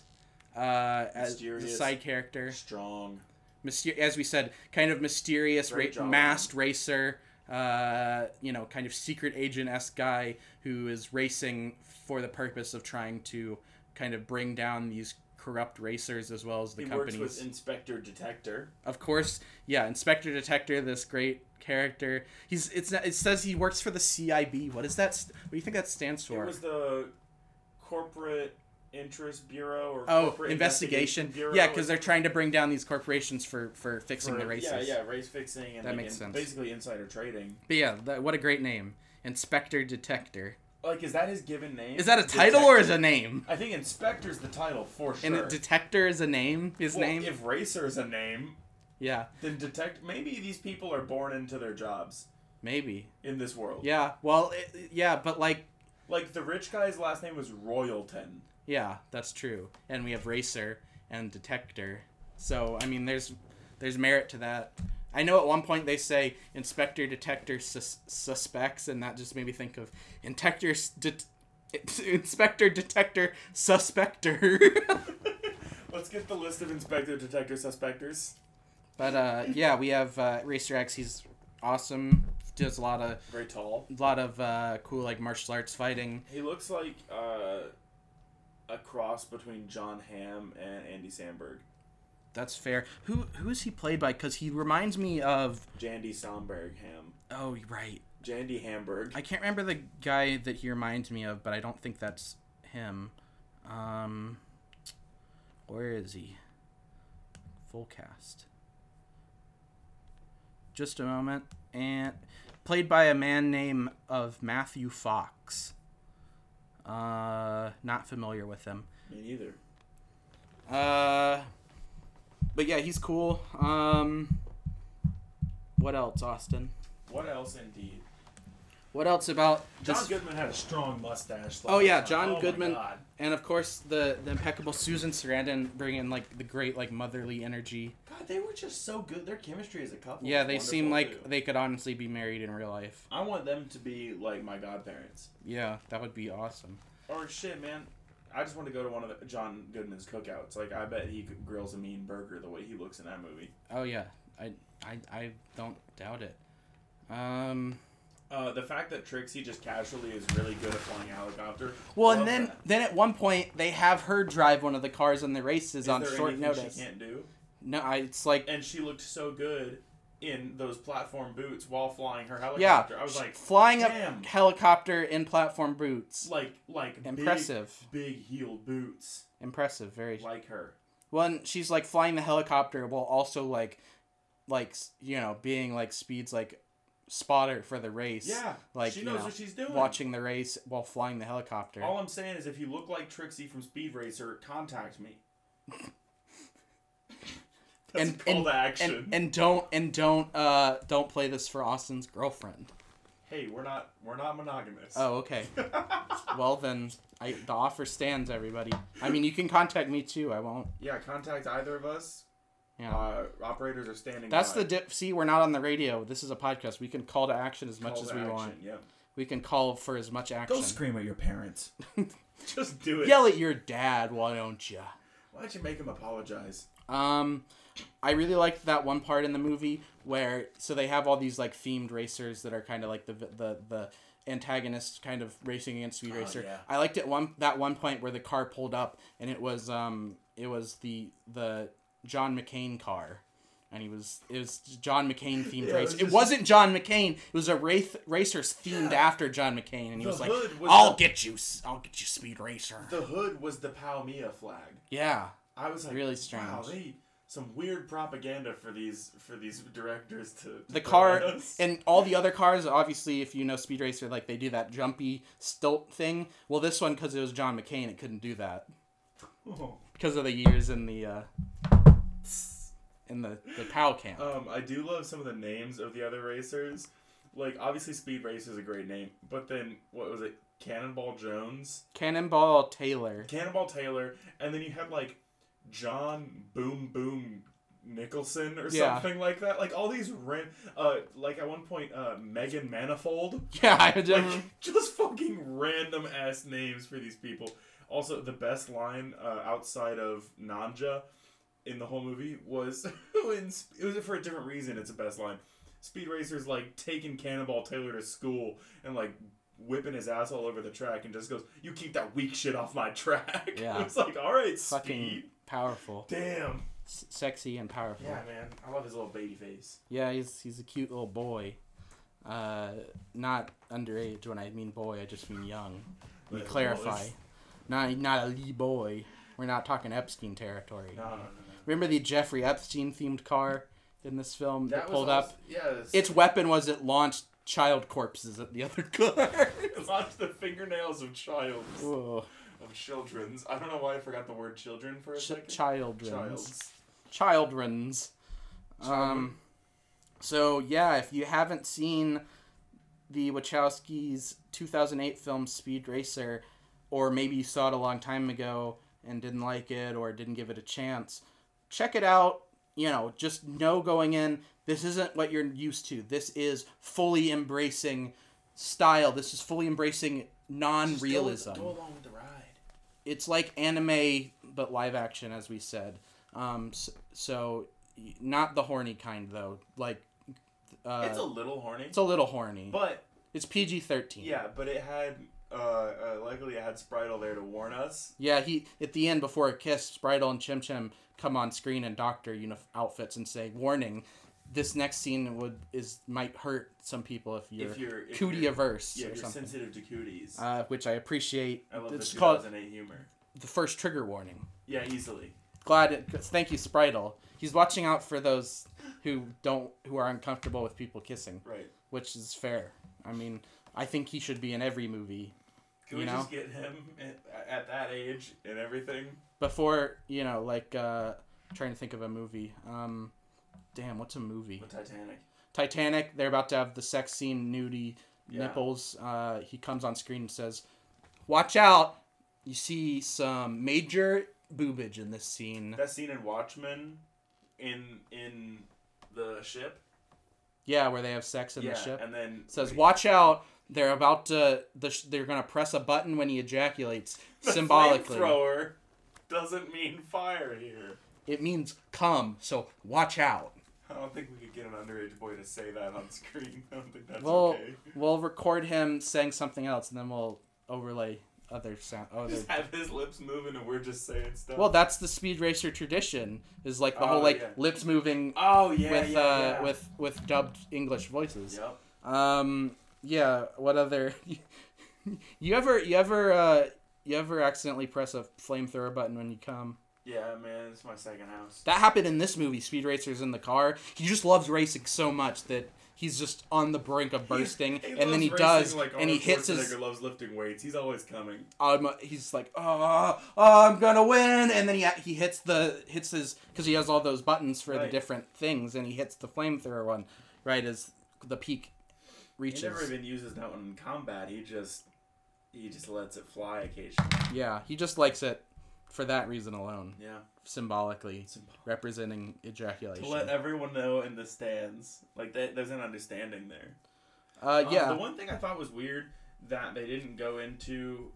uh, as the
Mysterious.
side character.
Strong.
Myster- as we said, kind of mysterious,
Very
ra-
jolly.
masked racer. Uh, you know, kind of secret agent esque guy who is racing for the purpose of trying to kind of bring down these corrupt racers as well as the
he
companies.
works with Inspector Detector.
of course, yeah, Inspector Detective, this great character. He's it's not- it says he works for the CIB. What is that? st- What do you think that stands for?
It was the corporate Interest Bureau or
Oh,
Corporate
investigation.
Bureau
Yeah, because
or-
they're trying to bring down these corporations for for fixing
for-
the races.
Yeah, yeah, race fixing and
That
like,
makes
in-
sense.
basically insider trading.
But yeah, that, what a great name, Inspector Detector.
Like, is that his given name?
Is that a title or is
Detective?
a name?
I think inspector's the title for sure.
And a detector is a name. His
Well,
name.
If racer is a name,
yeah,
then detect. Maybe these people are born into their jobs
maybe.
in this world.
Yeah. Well, it, yeah, but like,
Like the rich guy's last name was Royalton.
yeah, that's true. And we have racer and detector. So I mean, there's there's merit to that. I know at one point they say inspector detector sus- suspects, and that just made me think of inspector det- inspector detector suspector. <laughs>
Let's get the list of inspector, detector, suspectors.
But uh, yeah, we have uh, Racer X. He's awesome. Does a lot of
Very tall.
lot of uh, cool like martial arts fighting.
He looks like uh, a cross between John Hamm and Andy Samberg.
That's fair. Who who is he played by? Because he reminds me of
Jandy Samberg Ham.
oh right,
Jandy Hamburg.
I can't remember the guy that he reminds me of, but I don't think that's him. Um, where is he? Full cast. Just a moment, and played by a man named of Matthew Fox. Uh, not familiar with him.
Me neither.
Uh, but yeah, he's cool. Um, what else, Austin?
What else, indeed?
What else about
John
this?
Goodman had a strong mustache.
Oh
like,
yeah,
uh,
John
oh my
Goodman,
God.
and of course the the impeccable Susan Sarandon bringing like the great like motherly energy.
God, they were just so good. Their chemistry as a couple.
yeah,
was
they seem
wonderful,
like
too.
they could honestly be married in real life.
I want them to be like my godparents.
Yeah, that would be awesome.
Or shit, man. I just want to go to one of the, John Goodman's cookouts. Like, I bet he could- grills a mean burger the way he looks in that movie.
Oh yeah, I I, I don't doubt it. Um,
Uh, the fact that Trixie just casually is really good at flying a helicopter.
well,
love
and then
that.
then at one point they have her drive one of the cars in the races
Is
on
there
short
anything
notice.
She can't do.
No, I, it's like
And she looked so good in those platform boots while flying her
yeah,
helicopter. I was
sh-
like,
flying
damn.
a helicopter in platform boots.
like, like
Impressive.
big, big heeled boots
Impressive, very
like her.
One, she's like flying the helicopter while also like, like s- you know, being like speeds like spotter for the race.
Yeah,
like
she
you
knows
know,
what she's doing.
Watching the race while flying the helicopter.
All I'm saying is, if you look like Trixie from Speed Racer, contact me. That's a
and,
call
and,
to action.
and and don't and don't uh don't play this for Austin's girlfriend.
hey, we're not we're not monogamous.
Oh,
<laughs>
okay. well then, I the offer stands, everybody. I mean, you can contact me too. I won't.
Yeah, contact either of us.
Yeah.
Uh, operators are standing.
that's
by.
the dip. See, we're not on the radio. This is a podcast. We can call to action as much
Call
as
to
we
action,
want.
Yeah.
We can call for as much action.
Go scream at
<laughs>
your parents. Just do it.
Yell at your dad, why don't you?
Why don't you make him apologize?
Um, I really liked that one part in the movie where so they have all these like themed racers that are kind of like the the the antagonist kind of racing against Speed Racer.
Oh, yeah.
I liked it one that one point where the car pulled up and it was um it was the the John McCain car. And he was it was John McCain themed
Yeah, it
race.
was
It,
just-
wasn't John McCain. It was a wraith racers themed after John McCain, and he
The
was like,
hood was
"I'll
the-
get you, s- I'll get you, Speed Racer."
The hood was the Palmia flag.
yeah,
I was like,
Really strange.
Wow, they some weird propaganda for these for these directors to. to
the car
throw at us.
and all the other cars obviously if you know speed racer like they do that jumpy stilt thing well this one because it was john mccain it couldn't do that
Oh.
because of the years in the uh in the the pow camp
Um, I do love some of the names of the other racers. Like obviously, Speed Racer is a great name, but then what was it? Cannonball Jones,
cannonball taylor <laughs>
Cannonball Taylor, and then you had like John Boom Boom Nicholson or
Yeah.
something like that. Like all these ran- uh, like at one point, uh, Megan Manifold.
yeah i just,
Like <laughs> just fucking random ass names for these people. Also, the best line uh, outside of Nanja in the whole movie was <laughs> when Sp- it was for a different reason. It's the best line. Speed Racer's like taking Cannonball Taylor to school and like whipping his ass all over the track and just goes, "You keep that weak shit off my track." <laughs>
Yeah.
it's like all right,
fucking
Speed.
powerful
Damn.
S- sexy and powerful
Yeah, man. I love his little baby face.
yeah he's he's a cute little boy uh not underage when i mean boy i just mean young
Little
you clarify
boys.
Not not a Lee boy. We're not talking Epstein territory.
No, no, no.
Remember the Jeffrey Epstein themed car in this film that, pulled
also-
up?
Yeah, it's,
Its weapon was it launched child corpses at the other <laughs> car.
<laughs> Watch the fingernails of childs.
Whoa.
Of children's. I don't know why I forgot the word children for a
Ch-
second.
children's.
Childs.
Children's. Um, so yeah, if you haven't seen the Wachowskis' 2008 film Speed Racer, or maybe you saw it a long time ago and didn't like it or didn't give it a chance, check it out. You know, just know going in, this isn't what you're used to. This is fully embracing style. This is fully embracing non-realism
Go along with the ride.
it's like anime but live action as we said um so, so y- not the horny kind though like uh,
it's a little horny.
it's a little horny
but
it's pg-13
yeah, but it had uh, uh luckily it had Spritel there to warn us.
yeah he at the end before a kiss spritel and chim chim come on screen in doctor unif- outfits and say warning this next scene would is might hurt some people if you're,
If you're- if
cootie
you're-
averse
Yeah,
or
if you're
something
sensitive to cooties.
uh, which i appreciate
I love
it's
the
called
2008 humor.
the first trigger warning
Yeah, easily.
glad it, thank you spritel he's watching out for those who don't who are uncomfortable with people kissing
Right.
which is fair i mean i think he should be in every movie
Can
You
we
know?
just get him at, at that age and everything?
before you know like uh trying to think of a movie um damn what's a movie
With Titanic.
titanic they're about to have the sex scene nudie
Yeah.
nipples uh he comes on screen and says watch out you see some major boobage in this scene
That scene in Watchmen, in in the ship.
yeah where they have sex in
yeah,
the ship
and then
says,
wait,
"Watch out! They're about to. The sh- they're gonna press a button when he ejaculates.
<laughs> the
Symbolically,
flamethrower doesn't mean fire here.
it means come. So watch out.
I don't think we could get an underage boy to say that on screen. <laughs> I don't think that's
We'll
okay.
we'll record him saying something else, and then we'll overlay other sound. Other.
Just have his lips moving and we're just saying stuff.
Well, that's the speed racer tradition. Is like the whole
Oh,
like
yeah.
lips moving
oh yeah,
with
yeah,
uh
yeah.
with with dubbed English voices.
Yep.
Um. Yeah. What other? <laughs> you ever you ever uh you ever accidentally press a flamethrower button when you come?
Yeah, man, it's my second house. <laughs>
That happened in this movie. Speed Racer's in the car. He just loves racing so much that he's just on the brink of
<laughs>
bursting, and then
loves
he
racing
does,
like
and he
Arnold
hits his.
Schwarzenegger loves lifting weights. He's always coming.
Um, he's like, oh, oh, I'm gonna win, and then he he hits the hits his because he has all those buttons for the
Right.
different things, and he hits the flamethrower one, right as the peak
He never
reaches.
even uses that one in combat. He just he just lets it fly occasionally.
yeah, he just likes it for that reason alone,
Yeah.
symbolically
It's impossible.
representing ejaculation.
To let everyone know in the stands, like that, there's an understanding there.
uh,
Um,
yeah,
the one thing I thought was weird that they didn't go into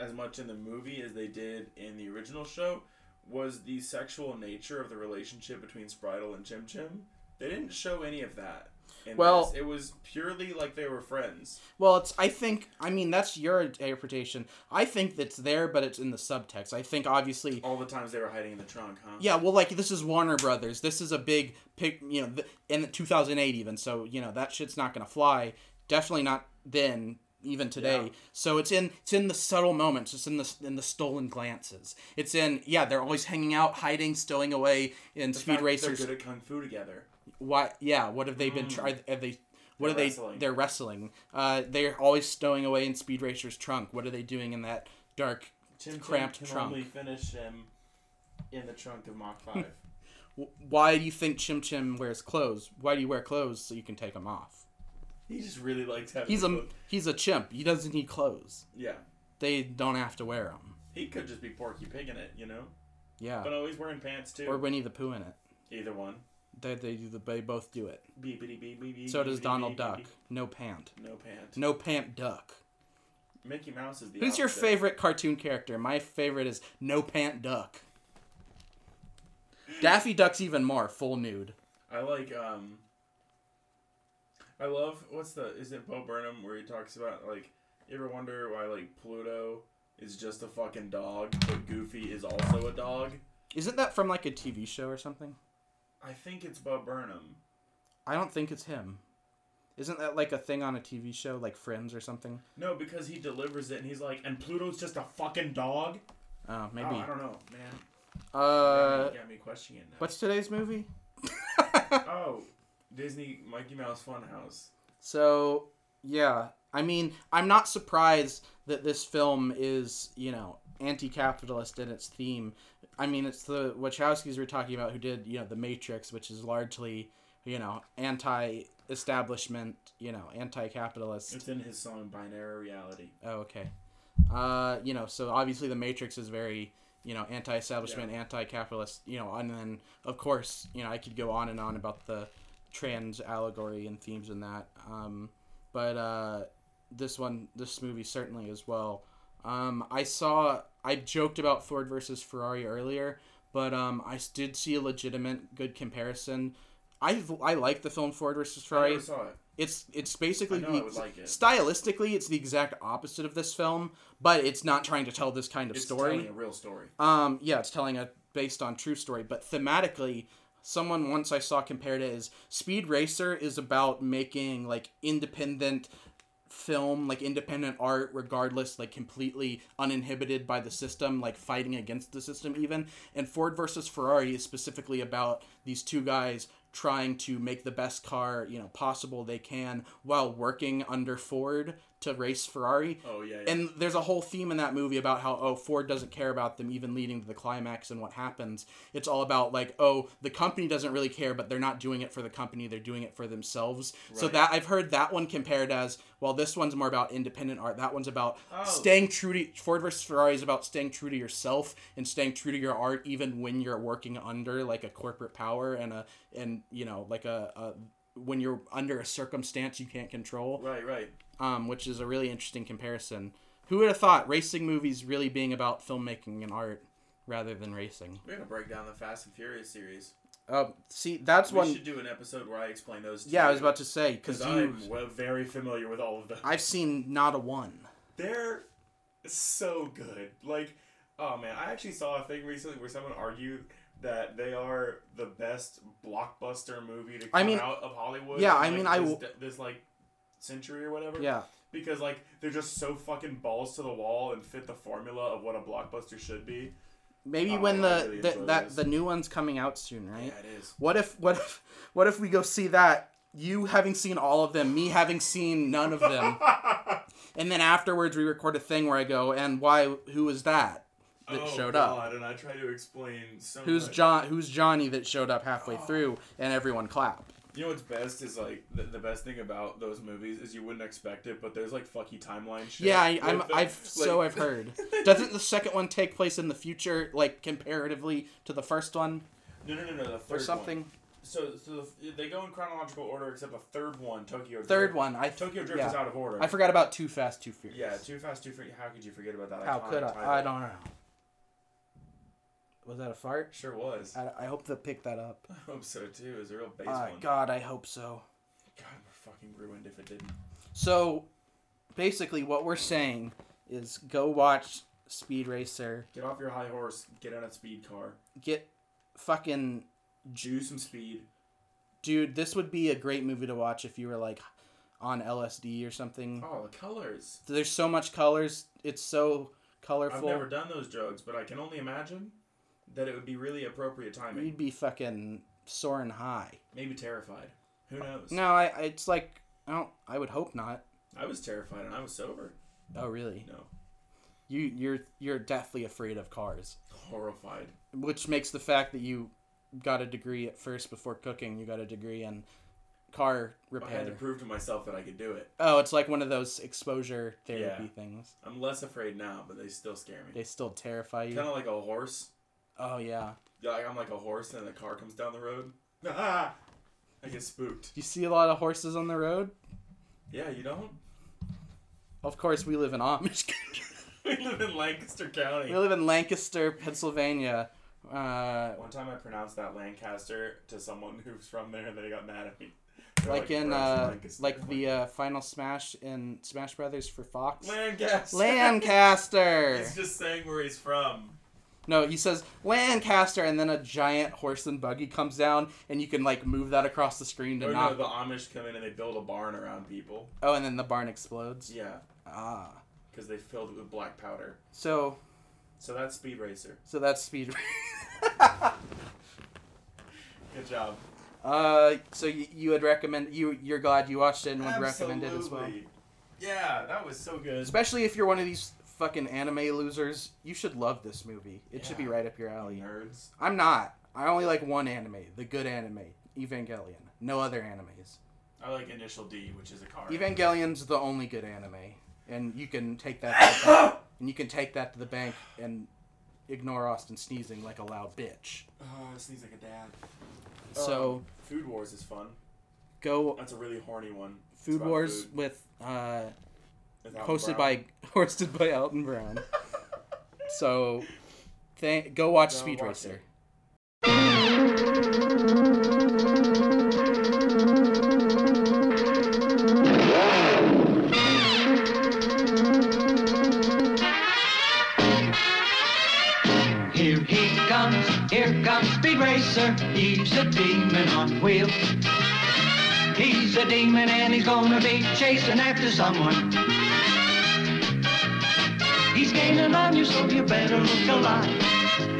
as much in the movie as they did in the original show was the sexual nature of the relationship between Spritel and Chim Chim. They didn't show any of that. in
Well-
this. it was purely like they were friends.
Well, it's. I think. I mean, that's your interpretation. I think that's there, but it's in the subtext. I think obviously.
All the times they were hiding in the trunk, huh?
Yeah, well, like this is Warner Brothers. This is a big pick. You know, th- in 2008 even. So you know that shit's not gonna fly. Definitely not then. Even today,
Yeah.
so it's in it's in the subtle moments. It's in the in the stolen glances. It's in yeah. They're always hanging out, hiding, stowing away in
The
speed
fact that
racers.
They're good at kung fu together.
Why? Yeah. What have they been? Try, have they? What
Mm. They're
are they?
wrestling.
They're wrestling. Uh, they're always stowing away in Speed Racer's trunk. What are they doing in that dark?
Chim Chim
Cramped
can
trunk. Hmm.
only finish him in the trunk of Mach Five.
w- Why do you think Chim Chim wears clothes? Why do you wear clothes so you can take them off?
he just really likes having.
He's a
both-
he's a chimp. He doesn't need clothes.
yeah.
They don't have to wear them.
He could just be Porky Pig in it, you know.
Yeah.
But uh, always wearing pants too.
Or Winnie the Pooh in it.
Either one.
They they do the, they both do it.
Beepity beep beep beep.
So does
beepity
Donald
beep,
Duck.
beep,
No pant.
beep. No pants.
No pant duck.
Mickey Mouse is the.
Who's your
opposite.
favorite cartoon character? My favorite is No Pant Duck. Daffy Duck's even more full nude.
I like um. I love what's the is it Bo Burnham where he talks about like you ever wonder why like Pluto is just a fucking dog but Goofy is also a dog.
Isn't that from like a TV show or something?
I think it's Bo Burnham.
I don't think it's him. Isn't that like a thing on a TV show, like Friends or something?
No, because he delivers it and he's like, and Pluto's just a fucking dog.
Uh,
Oh,
maybe.
I don't know, man.
uh,
you got me questioning it now.
what's today's movie?
Oh, Disney Mickey Mouse Funhouse.
So yeah, I mean, I'm not surprised that this film is you know anti-capitalist in its theme. I mean, it's the Wachowskis we're talking about who did you know The Matrix, which is largely you know anti-establishment, you know anti-capitalist.
It's in his song Binary Reality.
Oh, okay. Uh, you know, so obviously the Matrix is very, you know, anti-establishment, anti-capitalist, you know, and then of course, you know, I could go on and on about the trans allegory and themes in that. Um, but uh, this one, this movie certainly as well. Um, I saw, I joked about Ford versus Ferrari earlier, but um, I s- did see a legitimate good comparison. I I like the film Ford versus
I
Ferrari.
never saw it.
It's it's basically
I know I
the-
would like it.
stylistically it's the exact opposite of this film, but it's not trying to tell this kind of
It's telling
story.
a real story.
Um, yeah, it's telling a based on true story, but thematically, someone once I saw compared it as Speed Racer is about making like independent film, like independent art, regardless, like completely uninhibited by the system, like fighting against the system even. And Ford versus Ferrari is specifically about these two guys trying to make the best car, you know, possible they can while working under Ford to race Ferrari
Oh yeah. yeah.
and there's a whole theme in that movie about how oh Ford doesn't care about them even leading to the climax and what happens. It's all about like oh the company doesn't really care but they're not doing it for the company they're doing it for themselves. So
Right.
that I've heard that one compared as well this one's more about independent art. That one's about
Oh.
staying true to Ford versus Ferrari is about staying true to yourself and staying true to your art even when you're working under like a corporate power and a and you know like a, a when you're under a circumstance you can't control
right, right.
um, which is a really interesting comparison. Who would have thought racing movies really being about filmmaking and art rather than racing?
We're gonna break down the Fast and Furious series.
Uh, see, that's
We
one.
should do an episode where I explain those. To
Yeah, I was about to say because
Because
you,
I'm well, very familiar with all of them.
I've seen not a one.
They're so good. Like, oh man, I actually saw a thing recently where someone argued that they are the best blockbuster movie to come
mean-
out of Hollywood.
Yeah,
in,
I
like,
mean, I
this,
will-
de- this like century or whatever.
Yeah,
Because like they're just so fucking balls to the wall and fit the formula of what a blockbuster should be.
maybe
Oh,
when
I
the,
really
the
enjoy
that
this.
the new one's coming out soon, right?
it is.
What if what if what if we go see that? You having seen all of them, me having seen none of
<laughs>
them, and then afterwards we record a thing where I go, and why? Who was that that
oh,
showed up?
God, And I try to explain so
Who's
much.
John? Who's Johnny that showed up
Oh.
halfway through and everyone clapped?
You know what's best is like the, the best thing about those movies is you wouldn't expect it, but there's like fucky timeline shit.
Yeah, I,
with
I'm.
them.
I've so
Like,
I've
<laughs>
heard. Doesn't the second one take place in the future, like comparatively to the first one
no no no no the third
or
one.
something?
So so the, they go in chronological order except the third one Tokyo Drift.
Third one. I
Tokyo Drift
yeah.
is out of order.
I forgot about Too Fast, Too Furious.
Yeah, Too Fast Too Free. How could you forget about that?
How
iconic
could
title?
I? I don't know. Was that a fart?
Sure was. I
I, I hope they picked that up.
<laughs> hope so too. It was a real base
Uh,
one. God.
God, I hope so.
we're fucking ruined if it didn't.
So, basically, what we're saying is go watch Speed Racer.
Get off your high horse. Get on a speed car.
Get fucking
Juice some speed.
Dude, this would be a great movie to watch if you were like on LSD or something.
Oh, the colors.
There's so much colors. It's so colorful.
I've never done those drugs, but I can only imagine that it would be really appropriate timing.
You'd be fucking soaring high.
Maybe terrified. Who knows?
Uh, No, I. I- It's like I don't. I would hope not.
I was terrified and I was sober.
Oh, really?
No,
You you're you're deathly afraid of cars,
horrified.
which makes the fact that you got a degree at first before cooking. You got a degree in car
I had to
repair.
prove to myself that I could do it.
Oh, it's like one of those exposure therapy
Yeah.
things.
I'm less afraid now, but they still scare me.
They still terrify you.
Kind of like a horse.
Oh yeah.
Like I'm like a horse, and the car comes down the road. <laughs> Ah! I get spooked.
Do you see a lot of horses on the road?
Yeah, you don't. <laughs>
Of course, we live in Amish.
we live in Lancaster County.
we live in Lancaster, Pennsylvania. Uh,
One time I pronounced that Lancaster to someone <laughs> who's from there, and they got mad at me. They're
like in
"Bro, it's
uh,
Lancaster."
like the uh, final smash in Smash Brothers for Fox.
Lancaster.
Lancaster.
He's just saying where he's from.
No, he says Lancaster, and then a giant horse and buggy comes down, and you can like move that across the screen to
Or Oh, no,
knock.
the Amish come in and they build a barn around people.
Oh, and then the barn explodes.
Yeah,
Ah,
because they filled it with black powder.
so
So that's Speed Racer.
so that's speed. <laughs>
Good job.
uh, so you, you would recommend you you're glad you watched it and would recommend it as well.
Absolutely. Yeah, that was so good.
Especially if you're one of these fucking anime losers, you should love this movie. It should be
Yeah.
right up your alley.
Nerds.
I'm not. I only like one anime, the good anime, Evangelion. No other animes.
I like Initial D, which is a car.
Evangelion's the only good anime, and you can take that to the
<coughs>
bank, and you can take that to the bank and ignore Austin sneezing like a loud bitch.
Oh, it sneeze like a dad.
So
Um, Food Wars is fun.
go
That's a really horny one. It's
Food
about
Wars
food.
with uh,
It's Alton
hosted
Brown.
by <laughs> hosted by Elton Brown. so thank go watch
Go
Speed
watch
Racer.
it.
Here he comes, here comes Speed Racer. He's a demon on wheels. He's a demon and he's gonna be chasing after someone. He's gaining on you, so you better look alive.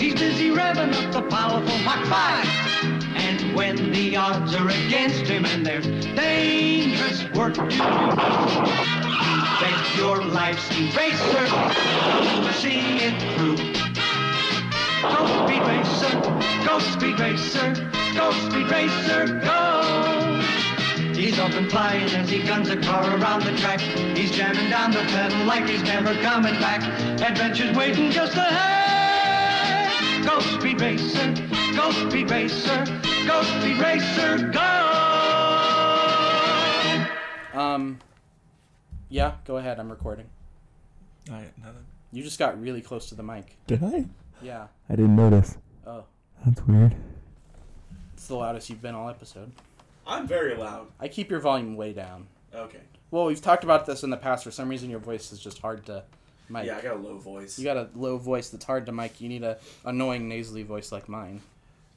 He's busy revving up the powerful Mach 5. And when the odds are against him and there's dangerous work to do, bet your life's eraser to see it through. Go speed racer, go speed racer, go speed racer, go! He's up and flying as he guns a car around the track. He's jamming down the pedal like he's never coming back. Adventure's waiting just ahead. Go speed racer, go speed racer, go speed racer, go!
Um, yeah, go ahead. I'm recording.
nothing.
You just got really close to the mic.
Did I?
Yeah.
I didn't notice.
Oh,
That's weird.
it's the loudest you've been all episode.
I'm very loud.
I keep your volume way down.
Okay.
Well, we've talked about this in the past. For some reason, your voice is just hard to mic.
Yeah, I got a low voice.
you got a low voice that's hard to mic. You need a annoying nasally voice like mine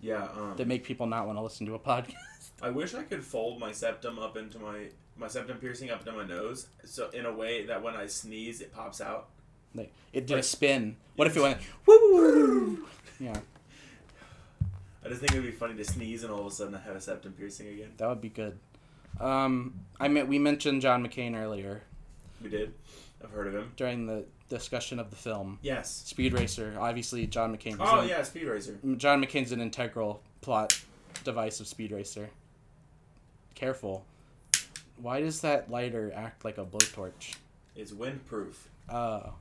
yeah. Um,
that make people not want to listen to a podcast. <laughs>
I wish I could fold my septum up into my my septum piercing up into my nose, so in a way that when I sneeze, it pops out.
Like, it did a
Right.
spin. What if it went woo? Yeah,
I just think it'd be funny to sneeze and all of a sudden I have a septum piercing again.
that would be good. Um, I mean, we mentioned John McCain earlier
We did. I've heard of him.
during the discussion of the film
Yes.
Speed Racer. Obviously, John McCain. was
Oh
in-
yeah, Speed Racer.
John McCain's an integral plot device of Speed Racer. Careful. Why does that lighter act like a blowtorch?
It's windproof. <laughs>
Uh,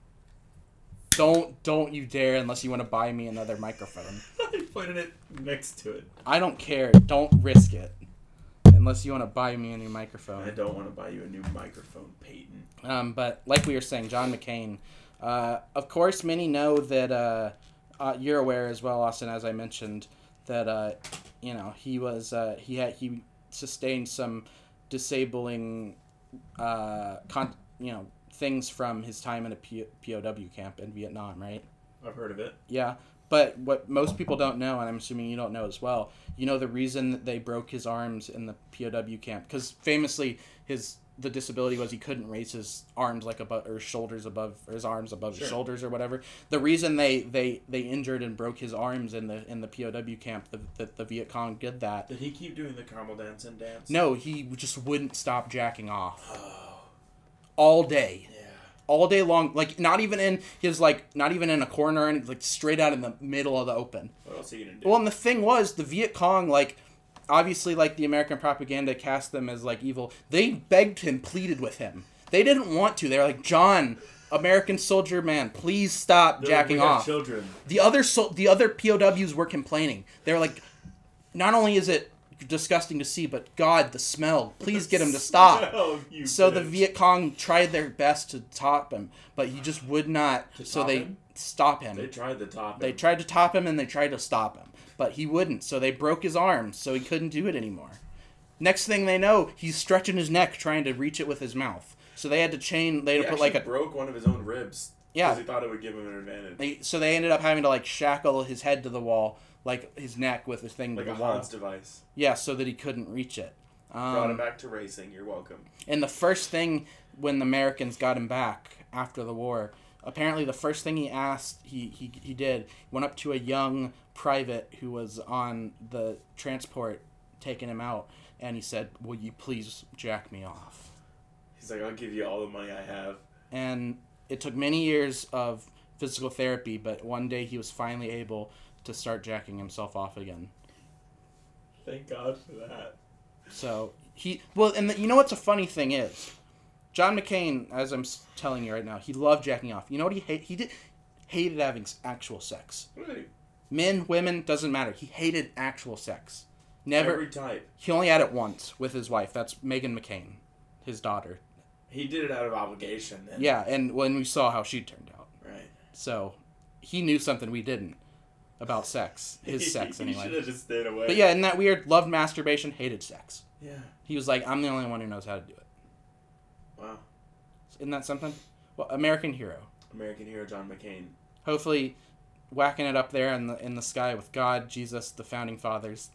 don't don't you dare unless you want to buy me another microphone.
I pointed it next to it.
I don't care. Don't risk it. Unless you want to buy me a new
I
microphone.
don't want to buy you a new microphone, Peyton.
Um, but like we were saying, John McCain. Uh, of course, many know that uh, uh, you're aware as well, Austin, as I mentioned, that uh, you know he was uh, he had he sustained some disabling uh, con- you know things from his time in a P- POW camp in Vietnam, right?
I've heard of it.
Yeah. But what most people don't know, and I'm assuming you don't know as well, you know the reason that they broke his arms in the POW camp because famously his the disability was he couldn't raise his arms like above or shoulders above or his arms above his
Sure.
shoulders or whatever. The reason they they they injured and broke his arms in the in the POW camp that the, the Viet Cong did that.
Did he keep doing the caramel dance and dance?
No, he just wouldn't stop jacking off all day
Yeah.
all day long like not even in his like not even in a corner and like straight out in the middle of the open
What else are you gonna do?
well, and the thing was, the Viet Cong, like, obviously, like, the American propaganda cast them as, like, evil. They begged him, pleaded with him. They didn't want to. They were like, John, American soldier man, please stop
They're like,
jacking
we have
off.
Children.
The other sol- the other POWs were complaining. They were like, not only is it disgusting to see, but God, the smell. Please get him
<laughs>
to stop.
No, you
So the
bitch.
Viet Cong tried their best to top him, but he just would not. So
top
they
him?
stop him.
They tried the top.
They tried to top him and they tried to stop him, but he wouldn't. So they broke his arms, so he couldn't do it anymore. Next thing they know, he's stretching his neck trying to reach it with his mouth. So they had to chain. They had
He
to put like a
broke one of his own ribs because
Yeah.
he thought it would give him an advantage.
They, so they ended up having to like shackle his head to the wall, like his neck with a thing
like
to
a
the wall.
Hans device.
Yeah, so that he couldn't reach it.
Brought him
Um,
back to racing. You're welcome.
and the first thing when the Americans got him back after the war, apparently the first thing he asked, he, he, he did, went up to a young private who was on the transport taking him out, and he said, Will you please jack me off?
He's like, I'll give you all the money I have.
and it took many years of physical therapy, but one day he was finally able to start jacking himself off again.
Thank God for that.
So he well, and the, you know what's a funny thing is, John McCain, as I'm s- telling you right now, he loved jacking off. You know what he hate? He did hated having s- actual sex.
Really?
Men, women, doesn't matter. He hated actual sex. Never.
Every type.
he only had it once with his wife. That's Megan McCain, his daughter.
He did it out of obligation. Then.
Yeah, and when we saw how she turned out.
Right.
So he knew something we didn't about sex. His sex,
<laughs> He should
anyway.
have just stayed away.
But yeah, isn't that weird? Loved masturbation, hated sex.
Yeah.
He was like, I'm the only one who knows how to do it.
Wow.
Isn't that something? Well, American hero.
American hero John McCain.
Hopefully, whacking it up there in the in the sky with God, Jesus, the founding fathers.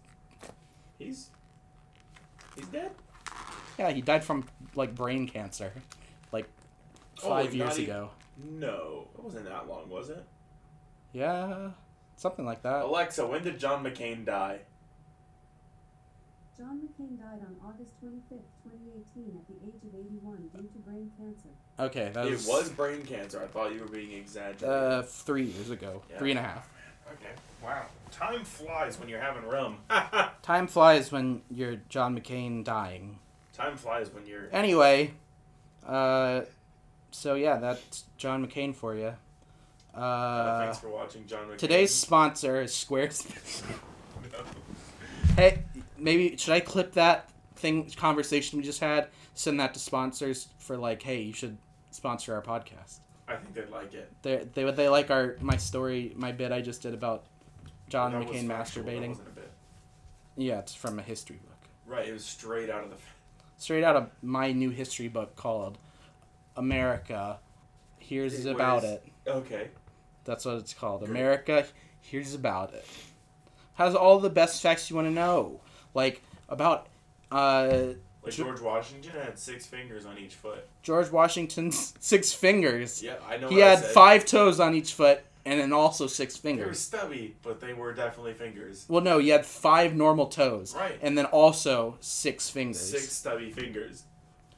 He's. He's dead.
Yeah, he died from like brain cancer, like
Oh,
five years
not e-
ago.
No, it wasn't that long, was it?
Yeah, something like that.
Alexa, when did John McCain die?
John McCain died on August 25, 2018, at the age of 81 due to brain cancer.
Okay, that
It was brain cancer. I thought you were being exaggerated.
uh three years ago,
Yeah.
three and a half.
okay. Wow. Time flies when you're having rum. <laughs>
Time flies when you're John McCain dying.
Time flies when you're.
Anyway, uh, so yeah, that's John McCain for you.
Uh,
Uh,
thanks for watching, John McCain.
today's sponsor is
<laughs>
Squarespace.
No.
hey, maybe should I clip that thing conversation we just had? Send that to sponsors for like, hey, you should sponsor our podcast.
I think they'd like it.
They they would they like our my story my bit I just did about John
That was
McCain
factual, that
masturbating.
wasn't a bit.
Yeah, it's from a history book.
Right. It was straight out of the.
<laughs> straight out of my new history book called America. Here's
It
about
was-
it.
Okay.
That's what it's called.
Good.
America. Here's about it. Has all the best facts you want to know, like about uh,
Like
Ge-
George Washington had six fingers on each foot.
George Washington's <laughs> six fingers.
Yeah, I know.
he
what I
had
said.
five toes on each foot, and then also six
They were
fingers.
stubby, but they were definitely fingers.
Well, no, he had five normal toes,
Right.
and then also six fingers.
Six stubby
<laughs>
fingers.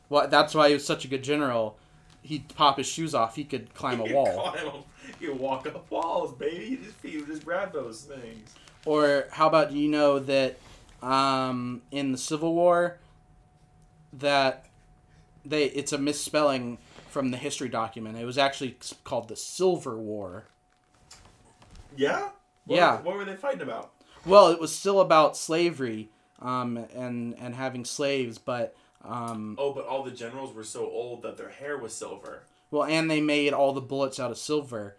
Well, that's why he was such a good general. He'd pop his shoes off. He could climb
<laughs>
a
you
wall.
Climb up, you walk up walls, baby. You just, you just grab those things.
Or how about you know that um, in the Civil War that they it's a misspelling from the history document. It was actually s- called the Silver War.
Yeah. What,
Yeah.
What were they fighting about?
Well, it was still about slavery um, and and having slaves, but um,
Oh, but all the generals were so old that their hair was silver.
well, and they made all the bullets out of silver.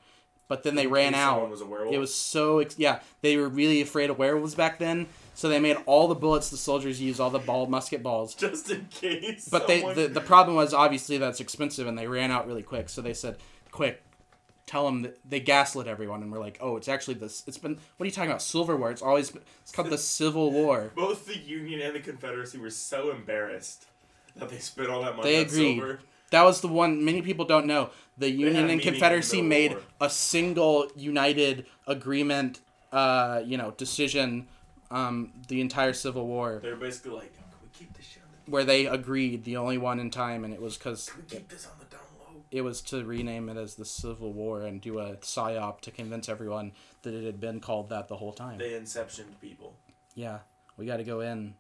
But then they ran
case
out.
someone was a werewolf?
It was so ex- yeah. They were really afraid of werewolves back then, so they made all the bullets the soldiers used, all the ball musket balls,
<laughs> Just in case.
But
someone-
they the, the problem was obviously that's expensive and they ran out really quick. So they said, "Quick, tell them that they gaslit everyone." And we're like, "Oh, it's actually this. It's been what are you talking about? Civil War. It's always been- it's called the Civil War."
<laughs> Both the Union and the Confederacy were so embarrassed that they spent all that money
They
on
agreed.
silver.
That was the one many people don't know. The
had a
Union and
meeting in the
Confederacy
middle of
made
the war.
a single united agreement, uh, you know, decision. Um, the entire Civil War
They were basically like, can we keep this shit on the,
where they agreed the only one in time, and it was because
can we keep this on the down low?
it was to rename it as the Civil War and do a psyop to convince everyone that it had been called that the whole time.
They inceptioned people
yeah, we got to go in.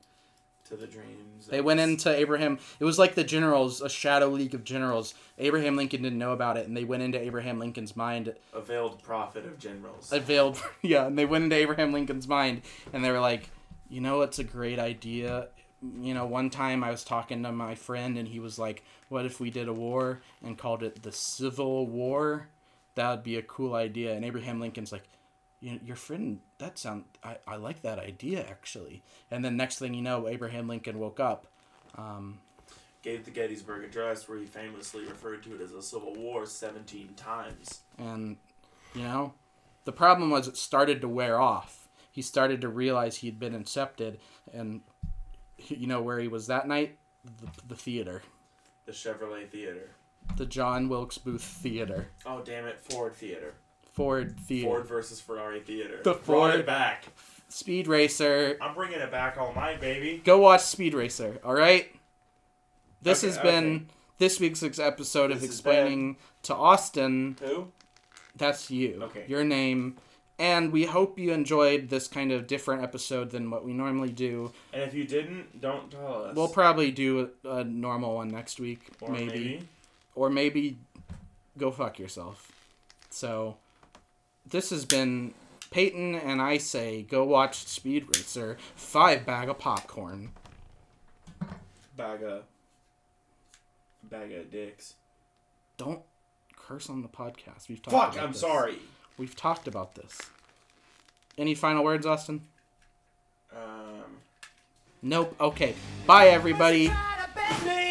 to the dreams.
They
of-
went into Abraham. It was like the generals, a shadow league of generals. Abraham Lincoln didn't know about it, and they went into Abraham Lincoln's mind.
a veiled prophet of generals.
A veiled, yeah, and they went into Abraham Lincoln's mind, and they were like, you know, it's a great idea. You know, one time I was talking to my friend, and he was like, "What if we did a war and called it the Civil War? That would be a cool idea." And Abraham Lincoln's like, you your friend that sound I, I like that idea actually and then next thing you know abraham lincoln woke up
gave the Gettysburg Address, where he famously referred to it as a civil war 17 times.
and you know the problem was it started to wear off he started to realize he'd been incepted and you know where he was that night the, the theater
The Chevrolet Theater.
the john wilkes booth theater
Oh, damn it, Ford Theater.
ford theater
Ford versus Ferrari Theater.
The
Brought
Ford-
it back.
speed racer
I'm bringing it back all night, baby.
go watch speed racer all right this
Okay,
has been
okay.
this week's ex- episode
This
of
has
explaining to austin
Who?
that's you
Okay.
your name and we hope you enjoyed this kind of different episode than what we normally do
And if you didn't, don't tell us.
We'll probably do a, a normal one next week,
Or
maybe. Or maybe go fuck yourself. So, this has been Peyton, and I say go watch Speed Racer, five bag of popcorn.
bag of bag of dicks.
Don't curse on the podcast. We've talked
Fuck,
about
I'm
this.
sorry.
We've talked about this. Any final words, Austin?
Um,
Nope. Okay. Bye, everybody.
Try to bend me.